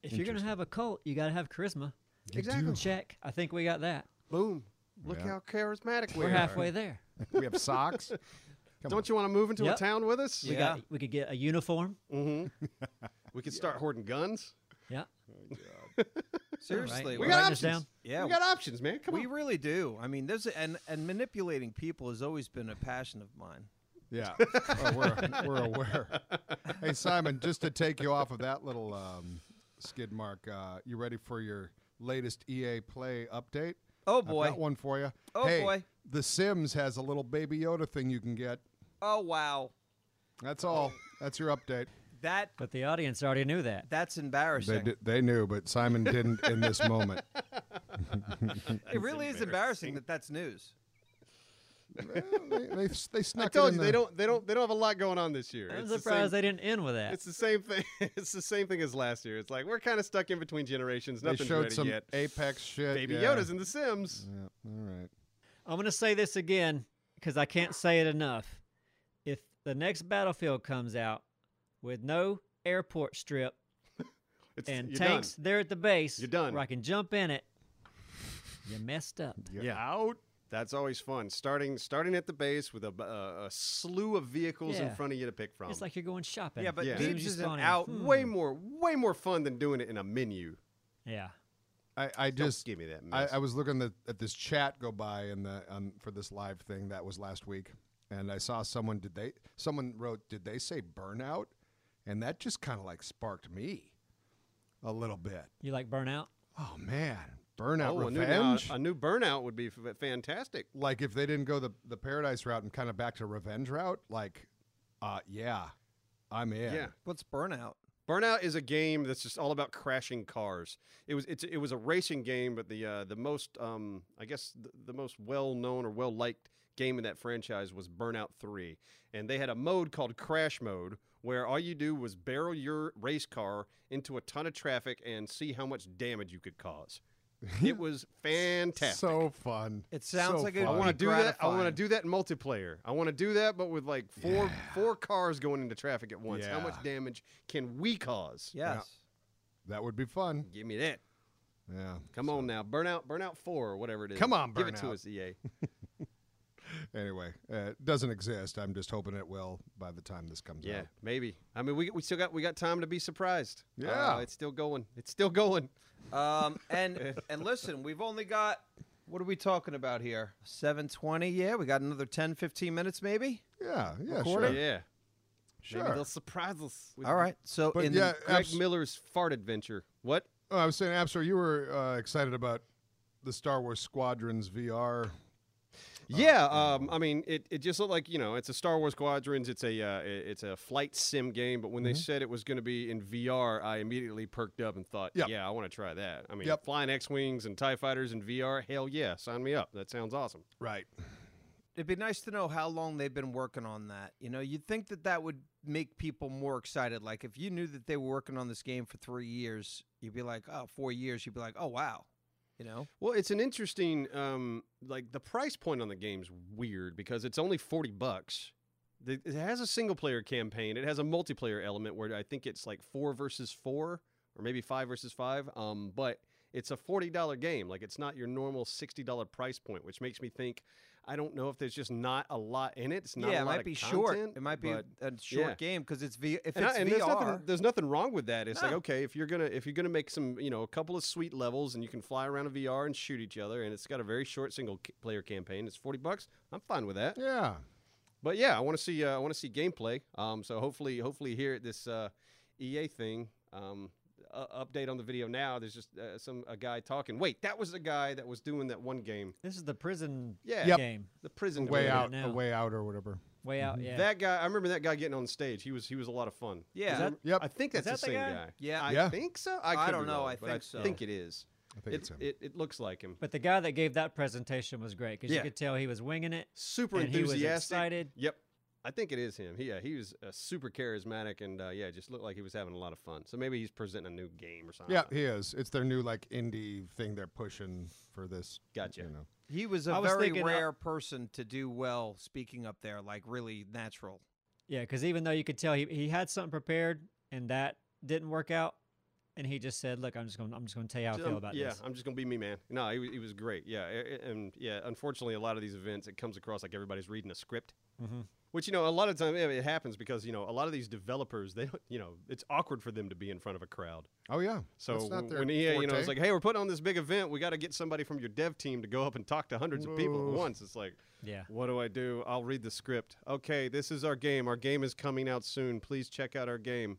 If you're gonna have a cult, you gotta have charisma.
Exactly. do.
Check. I think we got that.
boom. Look
Yeah.
how charismatic we
We're
are.
halfway there.
we have socks. Come
Don't you want to move into
Yep.
a town with us? Mm-hmm.
We got. We could get a uniform.
We could start hoarding guns.
Yeah.
Seriously,
Right.
We
we-
Write
got
this
options.
down.
Yeah.
we got options, man. Come
we
on.
really do. I mean, there's and and manipulating people has always been a passion of mine.
Yeah, Oh, we're, we're aware. Hey, Simon, just to take you off of that little um, skid mark, uh, you ready for your latest EA Play update?
Oh,
I've
boy.
got one for you.
Oh,
Hey,
boy.
The Sims has a little Baby Yoda thing you can get.
Oh wow,
That's all. That's your update.
that
But the audience already knew that.
that's embarrassing.
they knew, but Simon didn't in this moment.
it really is embarrassing that that's news.
they, they, they snuck
I
it
told
in
you
the-
they don't. They don't. They don't have a lot going on this year.
I'm
It's the same-
surprised they didn't end with that.
It's the same thing. It's the same thing as last year. It's like we're kind of stuck in between generations.
They
Nothing's
showed
ready
some
yet.
Apex shit.
Baby
yeah.
Yoda's in The Sims.
Yeah, all right.
I'm gonna say this again because I can't say it enough. If the next Battlefield comes out with no airport strip
It's,
and
you're
tanks
Done.
there at the base,
You're done.
Where I can jump in it. You messed up.
Yeah. Out. That's always fun. Starting starting at the base with a, b- uh, a slew of vehicles in
Yeah.
front of you to pick from.
It's like you're going shopping.
Yeah, but
Yeah.
As soon as
Leeds
you
is
spawn
an
in,
out.
hmm.
way more way more fun than doing it in a menu.
Yeah.
I, I just
give me that
I,
mess.
I was looking at, at this chat go by in the on, for this live thing that was last week, and I saw someone did they someone wrote did they say burnout, and that just kind of like sparked me, a little bit.
You like burnout?
Oh man, burnout
oh, a new,
revenge.
a new burnout would be f- fantastic.
like if they didn't go the the paradise route and kind of back to revenge route, like, uh, yeah, I'm in.
yeah.
What's burnout?
Burnout is a game that's just all about crashing cars. It was it's, it was a racing game, but the uh, the most um, I guess the, the most well known or well liked game in that franchise was Burnout Three, and they had a mode called Crash Mode where all you do was barrel your race car into a ton of traffic and see how much damage you could cause. it was fantastic.
so fun.
It sounds
So
like it
fun.
I want to
wanna-
do that. I want to
gratifying.
do that in multiplayer. I want to do that, but with like four four cars going into traffic at once. How much
Yeah.
damage can we cause?
Yes.
that would be fun.
Give me that.
Yeah.
Come on now, Burnout, Burnout Four, or whatever it is.
Come on,
give it to
Burnout.
us, E EA.
Anyway, uh, it doesn't exist. I'm just hoping it will by the time this comes
yeah,
out.
maybe. I mean, we we still got we got time to be surprised. Uh,
Yeah.
it's still going. It's still going.
Um, and and listen, we've only got what are we talking about here? Seven twenty. Yeah, we got another 10, 15 minutes, maybe.
Yeah, yeah,
Recorder?
sure.
Yeah,
Sure.
maybe they'll surprise us. With
All right. So
But
in
yeah,
the,
Greg
abs-
Miller's fart adventure. What?
oh, I was saying, Absor, you were uh, excited about the Star Wars Squadrons VR
Yeah, um, I mean, it, it just looked like you know, it's a Star Wars Squadrons. It's a uh, i- it's a flight sim game. But when
Mm-hmm.
they said it was going to be in VR, I immediately perked up and thought,
Yep.
yeah, I want to try that. I mean,
Yep.
flying X wings and Tie fighters in VR, hell yeah, sign me up. That sounds awesome.
Right.
It'd be nice to know how long they've been working on that. You know, you'd think that that would make people more excited. Like, if you knew that they were working on this game for three years, you'd be like, oh, four years, you'd be like, oh, wow. You know?
Well, it's an interesting um, like the price point on the game's weird because it's only forty bucks. The- It has a single player campaign. It has a multiplayer element where I think it's like four versus four or maybe five versus five. Um, but it's a forty dollar game. Like it's not your normal sixty dollar price point, which makes me think I don't know if there's just not a lot in it. It's not
yeah,
a
it
lot
might
of
be short.
content,
It might be
but-
a short
yeah.
game because it's v- if
and, I-
it's
and
VR.
there's nothing there's nothing wrong with that. It's like
No.
okay, if you're gonna if you're gonna make some you know a couple of sweet levels and you can fly around a VR and shoot each other, and it's got a very short single ca- player campaign. It's forty bucks. I'm fine with that.
Yeah.
But yeah, I want to see uh, I want to see gameplay. Um, so hopefully hopefully here at this uh, EA thing. Um, uh, update on the video now. There's just uh, some a guy talking. Wait, that was the guy that was doing that one game.
This is the prison
Yeah,
Yep.
game.
the prison
way
game.
Yeah,
out.
now.
A way out or whatever.
Way out, yeah.
Mm-hmm. That guy, I remember that guy getting on stage. He was he was a lot of fun.
yeah.
that-
Yep.
I think
Is
that's the
that
same
the
guy.
guy?
yeah.
I
Yeah.
think so. I,
I
could
don't
be
know.
wrong,
I
but
think so.
I think it is.
I think
It,
it's him.
it, it looks like him.
but the guy that gave that presentation was great because
Yeah.
you could tell he was winging it.
Super
And he was
enthusiastic.
excited.
Yep. I think it is him. He, yeah, he was uh, super charismatic and uh, yeah, just looked like he was having a lot of fun. So maybe he's presenting a new game or something.
yeah, he is. It's their new like indie thing they're pushing for this.
Gotcha.
You know.
He was a
I was
very
thinking, uh,
rare person to do well speaking up there, like really natural.
Yeah, because even though you could tell he, he had something prepared and that didn't work out, and he just said, "Look, I'm just going to I'm just going to tell you how I
Just,
feel
um,
about
yeah,
this."
I'm just gonna be me, man. No, he, wa- he was great. Yeah, a- a- and yeah, unfortunately, a lot of these events, it comes across like everybody's reading a script.
Mhm.
Which you know, a lot of times it happens because you know a lot of these developers, they don't- you know, it's awkward for them to be in front of a crowd.
Oh yeah.
So
That's not
w-
their
when EA, you know,
forte.
it's like, hey, we're putting on this big event. We got to get somebody from your dev team to go up and talk to hundreds of people at
Whoa.
once. It's like,
Yeah.
what do I do? I'll read the script. Okay, this is our game. Our game is coming out soon. Please check out our game.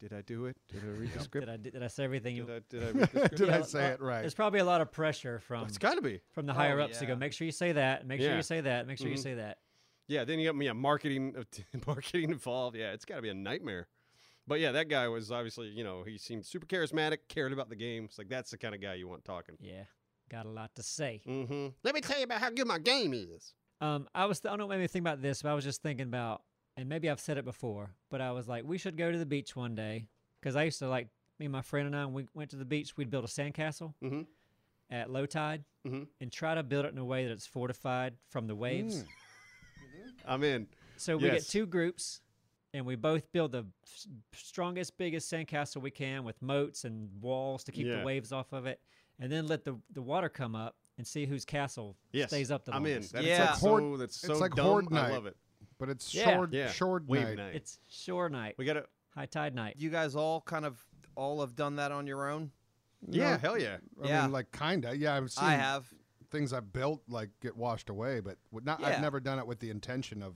Did I do it? Did I read the script?
Did I did I say everything you?
Did I, did I read the script?
Did I
Yeah,
say
uh,
it right?
There's probably a lot of pressure from
It's got to be.
from the
Oh,
higher ups to
yeah.
go. Make sure you say that. Make sure
Yeah.
you say that. Make sure you
Mhm.
say that.
Yeah, then you got yeah, marketing uh, marketing involved. Yeah, it's got to be a nightmare. But yeah, that guy was obviously, you know, he seemed super charismatic, cared about the game. It's like that's the kind of guy you want talking.
Yeah, got a lot to say.
Mm-hmm. Let me tell you about how good my game is.
Um, I was th- I don't know what made me think about this, but I was just thinking about, and maybe I've said it before, but I was like, we should go to the beach one day because I used to like me and my friend and I when we went to the beach. We'd build a sandcastle
Mhm.
at low tide
Mhm.
and try to build it in a way that it's fortified from the waves.
I'm in.
So we get
Mm. Yes.
two groups, and we both build the s- strongest, biggest sandcastle we can with moats and walls to keep
Yeah.
the waves off of it, and then let the the water come up and see whose castle
Yes,
stays up the
I'm
longest.
in. That's
Yeah.
yeah.
It's
like horde-
so that's
it's
so
like
dumb.
horde
I
night.
love it.
but it's
Yeah.
short.
Yeah.
Short
Wave
night.
night.
It's shore night,
We gotta.
high tide night.
You guys all kind of all have done that on your own.
Yeah,
No,
hell yeah.
I
Yeah.
mean, like kinda. Yeah, I've seen
I have.
things I've built like get washed away, but would not.
Yeah.
I've never done it with the intention of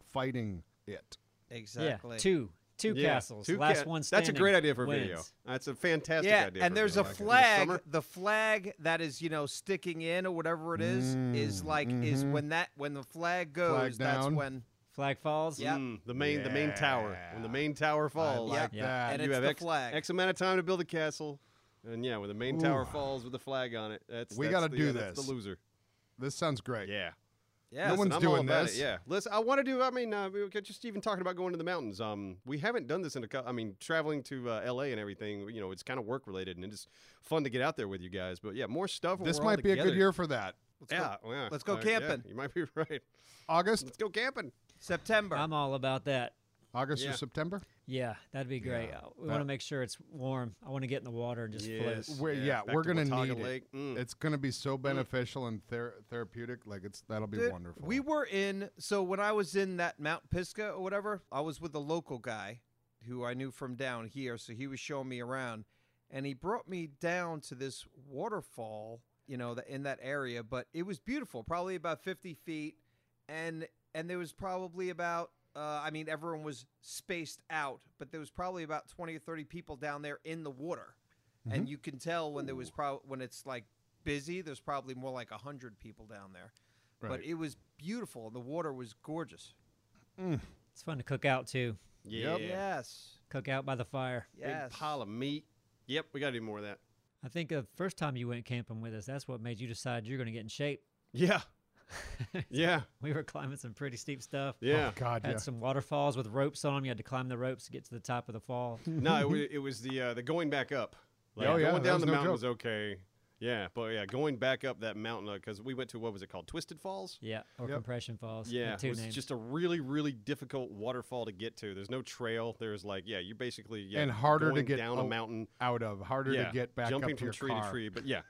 fighting it.
Exactly.
Yeah, two two
Yeah,
castles.
two
last
cat-
one
That's a
standing
great idea for a
wins.
video. That's a fantastic
yeah,
idea.
and
for
there's a
video. In the
flag.
summer?
the flag that is, you know, sticking in or whatever it is, is like is when that when the flag goes,
Flag
that's
down.
when
Flag falls.
Yeah.
Mm, the main, the main tower. When the
Yeah.
main tower falls,
like
Yeah.
that.
and
you
it's
have
the
X,
flag.
X amount of time to build a castle, and yeah, when the main tower falls with the flag on it, that's
We
that's
gotta
the,
do
uh, that's
this.
the loser.
This sounds great.
Yeah.
yeah,
no
it's-
one's
I'm all
doing
about
this.
It, yeah, listen, I want to do. I mean, uh, we were just even talking about going to the mountains. Um, we haven't done this in a. cou- I mean, traveling to uh, L.A. and everything. You know, it's kind of work related, and it's fun to get out there with you guys. But yeah, more stuff. when
This
we're all
might be a good
together.
year for that.
let's go.
Yeah, yeah,
let's go
uh, yeah,
camping.
you might be right.
August,
Let's go camping.
September.
I'm all about that.
August
Yeah.
or September?
Yeah, that'd be great.
Yeah,
Uh, we want
that-
to make sure it's warm. I want to get in the water and just float.
We're- yeah,
back
we're
to
gonna
Watauga
need it.
Lake. Mm.
It's going to be so beneficial and ther- therapeutic. Like it's that'll be
Dude,
wonderful. Oh,
We were in so when I was in that Mount Pisgah or whatever, I was with a local guy who I knew from down here, so he was showing me around and he brought me down to this waterfall, you know, the, in that area, but it was beautiful, probably about 50 feet and and there was probably about uh, I mean everyone was spaced out, but there was probably about 20 or 30 people down there in the water.
Mm-hmm.
And you can tell when there was prob- when it's like busy, there's probably more like 100 people down there but
Right.
it was beautiful. and The water was gorgeous.
It's fun to cook out too.
Yeah.
Yes.
Cook out by the fire.
Yes.
Big pile of meat. Yep, we got to do more of that.
I think the first time you went camping with us, that's what made you decide you're going to get in shape.
Yeah. yeah.
We were climbing some pretty steep stuff.
Yeah.
Oh, God,
Had
yeah.
some waterfalls with ropes on them. You had to climb the ropes to get to the top of the fall.
no, it, wa- it was the uh, the going back up. Like,
Mm-hmm. Oh, yeah,
Going
that
down
was
the
no
mountain
joke.
was okay. Yeah, but yeah, going back up that mountain because we went to what was it called, Twisted Falls.
yeah, or
Yep.
compression falls. They're
Yeah,
two
it was
names.
just a really, really difficult waterfall to get to. There's no trail. There's like, yeah, you're basically yeah,
And harder to
going
get
down a
o-
mountain.
out of harder
yeah,
to get back
jumping
up to
from
your
tree
car.
to tree. But yeah,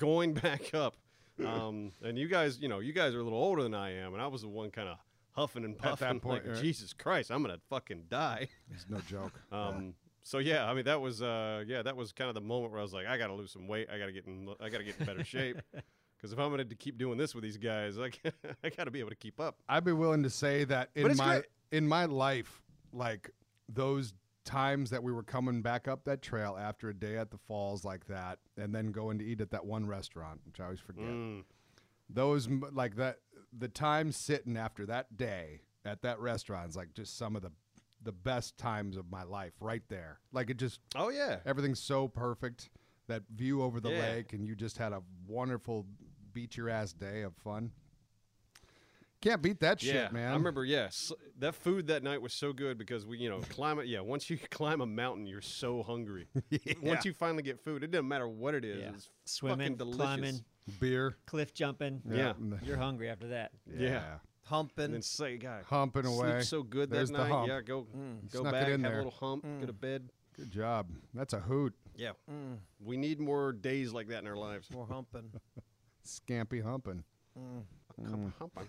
going back up. Um, and you guys, you know, you guys are a little older than I am, and I was the one kind of huffing and
that
puffing.
point,
like,
right.
Jesus Christ, I'm gonna fucking die.
It's no joke.
Um, So yeah, I mean that was uh, yeah that was kind of the moment where I was like, I gotta lose some weight. I gotta get in. I gotta get in better shape. Because if I'm gonna d- keep doing this with these guys, I, ca- I gotta be able to keep up.
I'd be willing to say that in
it's
my
great.
in my life, like those times that we were coming back up that trail after a day at the falls like that, and then going to eat at that one restaurant, which I always forget.
Mm.
Those m- like that the time sitting after that day at that restaurant is like just some of the the best times of my life right there. Like it just
Oh yeah,
everything's so perfect. That view over the
Yeah.
lake, and you just had a wonderful beat your ass day of fun. Can't beat that
yeah.
shit, man.
I remember. Yes, that food that night was so good because we, you know, climb it. Yeah, once you climb a mountain, you're so hungry. Once you finally get food, it doesn't matter what it is.
Yeah.
It's
swimming,
fucking delicious.
climbing,
beer.
cliff jumping.
Yeah.
You're hungry after that.
Yeah.
Humping.
And then say, God,
Humping
sleep
away.
so good
There's
that
the
night.
hump. Mm.
Yeah, go go
Snuck it
back,
in
have a
there. Mm.
little hump, go to bed.
Good job. That's a hoot.
Yeah, we need more days like that in our lives.
More humping.
Scampy humping. mm.
Come humping.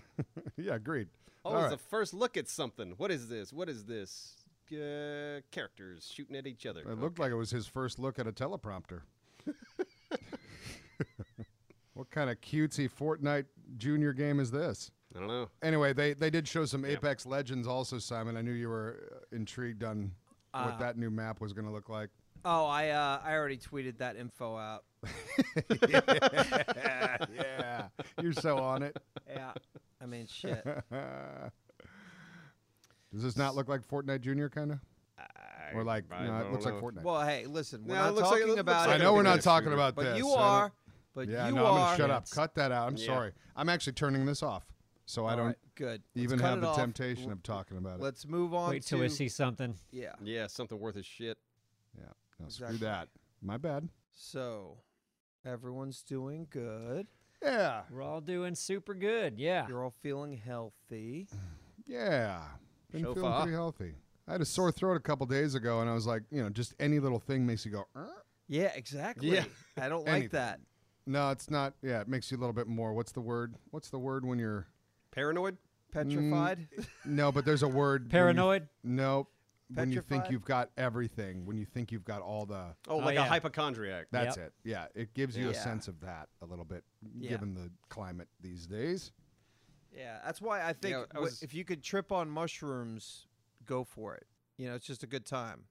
yeah, agreed.
Oh,
All
it's
right.
the first look at something. What is this? What is this? Uh, characters shooting at each other.
it looked like it was his first look at a teleprompter. what kind of cutesy Fortnite junior game is this?
I don't know.
Anyway, they, they did show some Apex Legends also, Simon. I knew you were uh, intrigued on what that new map was going to look like.
Oh, I uh, I already tweeted that info out.
yeah, you're so on it.
Yeah. I mean, shit.
Does this not look like Fortnite Junior, kind of? Or like,
I
no, it
don't
looks
know.
like Fortnite.
Well, hey, listen, we're
No, it
not
looks like- it
talking
looks
about
like
I
it,
a
know we're
big
not
ass
talking
shooter.
about
but
this.
you
I don't-
are. But
Yeah,
you
no,
are.
I'm gonna shut up.
Yes.
Cut that out. I'm
Yeah.
sorry. I'm actually turning this off, so I
All
don't
right, good. Let's
even
cut
have
it
the
off.
temptation
L-
of talking about it.
Let's move on
Wait
to
till we see something.
Yeah.
Yeah, something worth his shit.
Yeah, no,
Exactly.
screw that. My bad.
So, everyone's doing good.
Yeah,
We're all doing super good. Yeah.
You're all feeling healthy.
yeah. Been
So
feeling
far.
pretty healthy. I had a sore throat a couple days ago, and I was like, you know, just any little thing makes you go. "Er?"
Yeah, exactly. I don't like
Anything.
that.
No, it's not. Yeah, it makes you a little bit more. What's the word? What's the word when you're?
Paranoid.
Mm.
Petrified.
No, but there's a word. when you-
Paranoid.
no, when you think
Petrified?
you've got everything, when you think you've got all the.
Oh,
Oh,
like a
yeah.
hypochondriac.
That's
Yep.
it. Yeah, it gives you a
Yeah.
sense of that a little bit,
Yeah.
given the climate these days.
yeah, that's why I think
I
wh-
was-
if you could trip on mushrooms, go for it. You know, it's just a good time.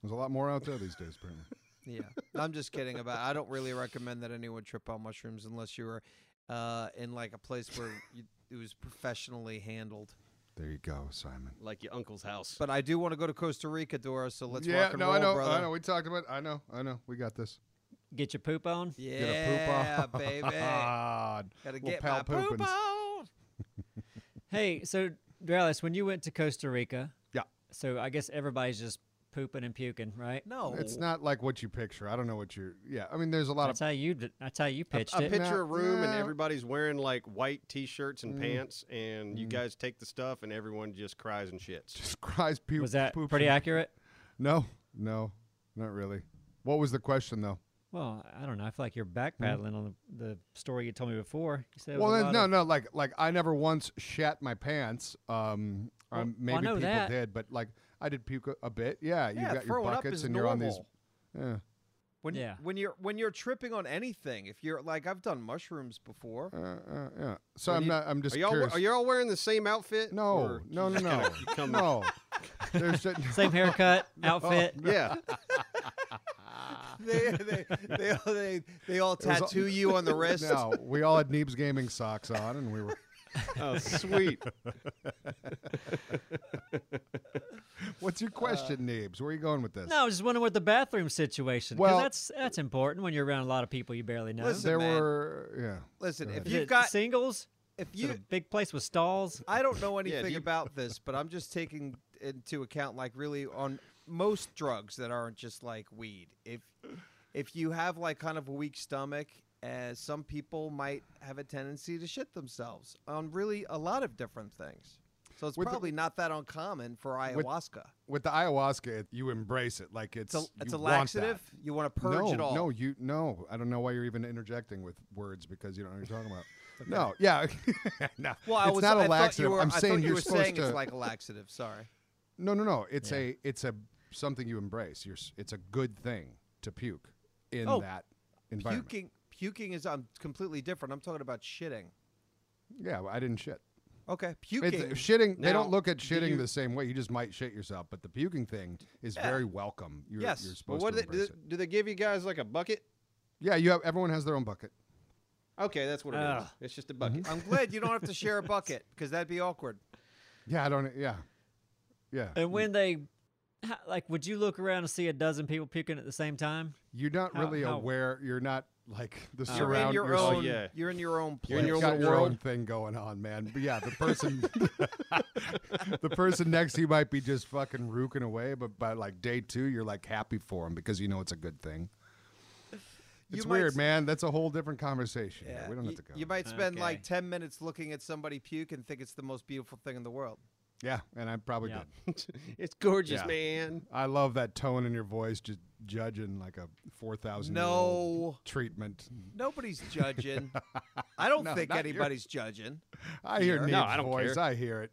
There's a lot more out there these days, apparently.
Yeah, I'm just kidding about. I don't really recommend that anyone trip on mushrooms unless you were uh, in like a place where you, it was professionally handled.
There you go, Simon.
Like your uncle's house.
But I do want to go to Costa Rica, Dora. So let's
yeah,
rock and
no,
roll,
I know,
brother.
I know. We talked about. I know, I know. We got this.
Get your poop on.
Yeah,
get a poop on.
baby. Gotta
We'll
get
pal
my poop
poopins.
on.
Hey, so Dallas, when you went to Costa Rica,
Yeah.
So I guess everybody's just pooping and puking, right?
No,
It's not like what you picture. I don't know what you're. Yeah, I mean, there's a lot
That's
of.
how you. d- That's how you pitched
I
it.
picture a room and
no.
everybody's wearing like white t-shirts and pants, and you guys take the stuff, and everyone Mm. just cries and shits.
Just cries puke.
Was that
poop
pretty
and-
accurate?
No, no, not really. What was the question though?
Well, I don't know. I feel like you're backpedaling on the, the story you told me before. You said it
Well,
was a
then,
lot
no,
of-
no, like, like I never once shat my pants. Um,
Well,
um,
I
maybe
know
people
that.
did, but like I did puke a, a bit. Yeah, you've
yeah,
got your
throwing up
buckets
is
and
normal.
you're on these. Yeah.
When,
Yeah.
when you're when you're tripping on anything, if you're like I've done mushrooms before.
Uh, uh, yeah. So
When
I'm
you-
not. I'm just
Are y'all
curious.
are y'all wearing the same outfit?
no,
Or
no, no,
just kinda you
no,
come-
no. There's a-
Same haircut, outfit.
Yeah,
they, they, they, all- they, they all
was all-
tattoo you on the wrist.
no. We all had Neebs gaming socks on, and we were
Oh, sweet.
What's your question, Neebs? Where are you going with this?
No, I was just wondering what the bathroom situation. Well,
Well-
that's that's important when you're around a lot of people you barely know.
Listen,
there
man.
were yeah.
Listen, if
Is
you've
it
got
singles,
if
Is it
you
a big place with stalls.
I don't know
do
anything
you-
about this, but I'm just taking into account like really on most drugs that aren't just like weed. If if you have like kind of a weak stomach, uh, some people might have a tendency to shit themselves on really a lot of different things. So it's
With the-
probably not that uncommon for ayahuasca.
With the ayahuasca, it, you embrace it like it's
it's a, it's
you
a
want that.
laxative. You want to purge
no,
it all.
No, you no. I don't know why you're even interjecting with words because you don't know what you're talking about. No, yeah, no.
well, I
it's
was
not
I
a
thought
laxative.
You were,
I'm
I thought
saying
you
you're
were
supposed
saying
to.
it's like a laxative. Sorry.
no, no, no. It's
Yeah.
a it's a something you embrace. You're s- it's a good thing to puke in
Oh,
that environment.
Puking, puking is um, completely different. I'm talking about shitting.
Yeah, well, I didn't shit.
Okay,
It's,
puking.
shitting. they
Now,
don't look at
do
shitting
you-
the same way. You just might shit yourself, but the puking thing is
Yeah.
very welcome. You're,
Yes.
you're
But
supposed
what
to
do they,
embrace
do, do they give you guys like a bucket?
it. Yeah, you have. Everyone has their own bucket.
Okay, that's what it is.
Ugh.
It's just a bucket.
I'm glad you don't have to share a bucket because that'd be awkward.
Yeah, I don't. Yeah, yeah.
And when they, ha- like, would you look around and see a dozen people puking at the same time?
You're not
How-
really
how-
aware. You're not like the
You're in
You're in
surround.
your
yourself- Oh,
own.
yeah.
You're in your own place.
You're in your
You've got
own
your
world.
own thing going on, man. But yeah, the person, the person next to you might be just fucking rooking away, but by like day two, you're like happy for him because you know it's a good thing.
You
It's
might
weird,
s-
man. That's a whole different conversation. here.
Yeah,
We don't
you,
have to go.
you might spend
Okay.
like ten minutes looking at somebody puke and think it's the most beautiful thing in the world.
yeah, and I probably
Yeah.
did.
it's gorgeous,
Yeah.
man.
I love that tone in your voice, just judging like a four thousand
No, Mm-hmm.
treatment.
nobody's judging. I don't
No,
think
not your-
anybody's judging.
I hear
Here.
Neve's
No, I don't
voice.
care.
I hear it.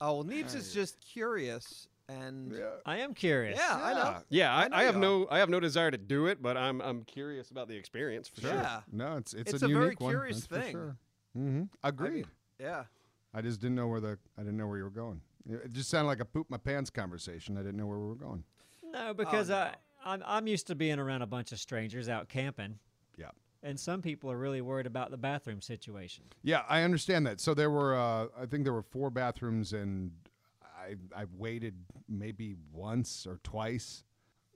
Oh, well, Neebs is just curious, and yeah,
I am curious.
I know.
Yeah.
Yeah, I,
know
I have
y'all.
no I have no desire to do it, but I'm I'm curious about the experience for sure.
Yeah,
No, it's it's,
It's
a,
a very
unique one,
curious
that's for
thing.
Sure. hmm Agreed. I,
yeah.
just didn't know where the I didn't know where you were going. It it just sounded like a poop my pants conversation. I didn't know where we were going. Oh,
No, because
no.
I I'm, I'm used to being around a bunch of strangers out camping,
Yeah.
and some people are really worried about the bathroom situation.
Yeah, I understand that. So there were uh, I think there were four bathrooms and I I waited maybe once or twice.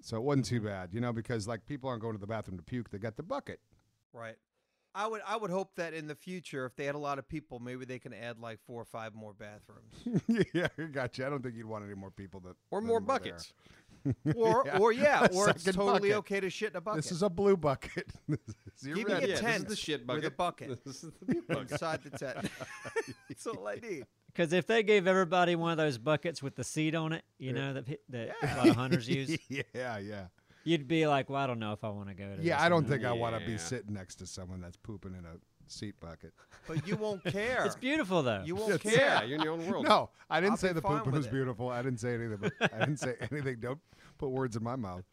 So it wasn't
Mm-hmm.
too bad, you know, because like people aren't going to the bathroom to puke, they got the bucket.
Right. I would I would hope that in the future, if they had a lot of people, maybe they can add like four or five more bathrooms,
yeah, I got you. I don't think you'd want any more people that
Or
than
more
were there.
buckets.
or
Yeah.
or yeah,
A
or it's
second
totally
bucket.
okay to shit in a bucket.
This is a blue bucket. This is- you're
Give
ready.
me
Yeah,
a
this
tent
is the shit
with a
bucket.
bucket
This is the meat bucket.
inside the tent. That's all I need.
Because if they gave everybody one of those buckets with the seat on it, you know that pe- that a lot of hunters use,
yeah, yeah.
you'd be like, "Well, I don't know if I want to go to."
Yeah,
this
I
or
don't
not."
think I want to be
Yeah.
sitting next to someone that's pooping in a seat bucket.
But you won't care.
It's beautiful though.
You won't
It's-
care.
Yeah, you're in your own world.
No, I didn't
I'll
say
be
the
fine
pooping
with
was
it.
beautiful. I didn't say anything. About, I didn't say anything. Don't put words in my mouth.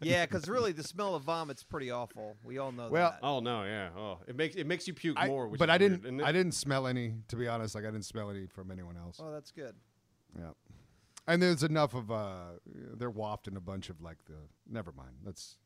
Yeah, because really, the smell of vomit's pretty awful. We all know
Well,
that.
Oh no, yeah. Oh, it makes it makes you puke
I-
more. Which
but
is
I
weird,
didn't.
isn't it?
I didn't smell any. To be honest, like I didn't smell any from anyone else.
oh, that's good.
Yeah. And there's enough of uh, they're wafting a bunch of like the. Never mind. That's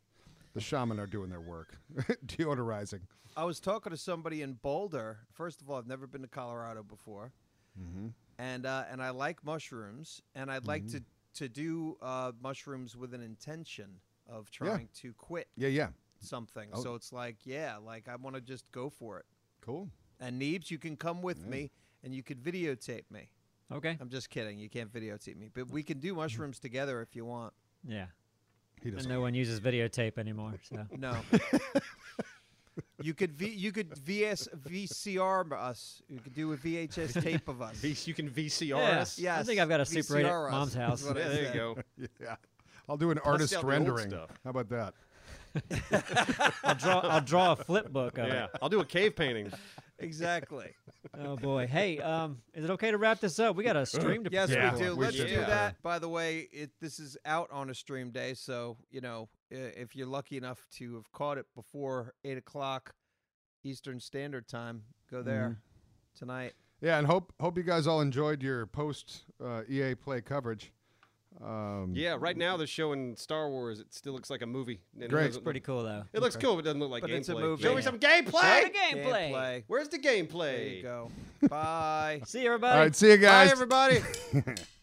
the shaman are doing their work, deodorizing.
I was talking to somebody in Boulder. First of all, I've never been to Colorado before,
Mm-hmm.
and uh, and I like mushrooms, and I'd like to to do uh, mushrooms with an intention of trying to quit
Yeah, yeah.
something.
Oh.
So it's like, yeah, like I want to just go for it.
Cool.
And Neebs, you can come with
Mm.
me, and you could videotape me.
okay.
I'm just kidding. You can't videotape me, but we can do mushrooms together if you want.
Yeah.
He
And
doesn't.
no one uses videotape anymore. So
No. you could v- you could VS VCR us. You could do a VHS tape of us.
V- you can VCR us.
Yeah.
I think I've got a
Yes,
super eight at
VCR us.
mom's house.
That's what
Yeah,
I
there you
said.
go.
Yeah. I'll do an
out
artist
the old
rendering.
stuff.
How about that?
I'll draw. I'll draw a flip book of
Yeah, I'll do a cave painting.
Exactly.
it. Oh boy. Hey, um, is it okay to wrap this up? We got a stream to.
Yes,
Yeah,
we do.
we
Let's
should
do
do
that. By the way, it this is out on a stream day, so you know i- if you're lucky enough to have caught it before eight o'clock Eastern Standard Time, go there tonight.
Yeah, and hope hope you guys all enjoyed your post uh, EA play E coverage. Um,
Yeah, right now they're showing Star Wars. It still looks like a movie. and it
Great.
doesn't
It's pretty cool though.
Look, it looks cool, but it doesn't look like
But
gameplay.
it's a movie.
Show me
Yeah.
some gameplay.
gameplay.
Gameplay.
Where's the
There
gameplay?
you go. Bye.
See you, everybody.
All right, see you
Bye,
guys.
everybody.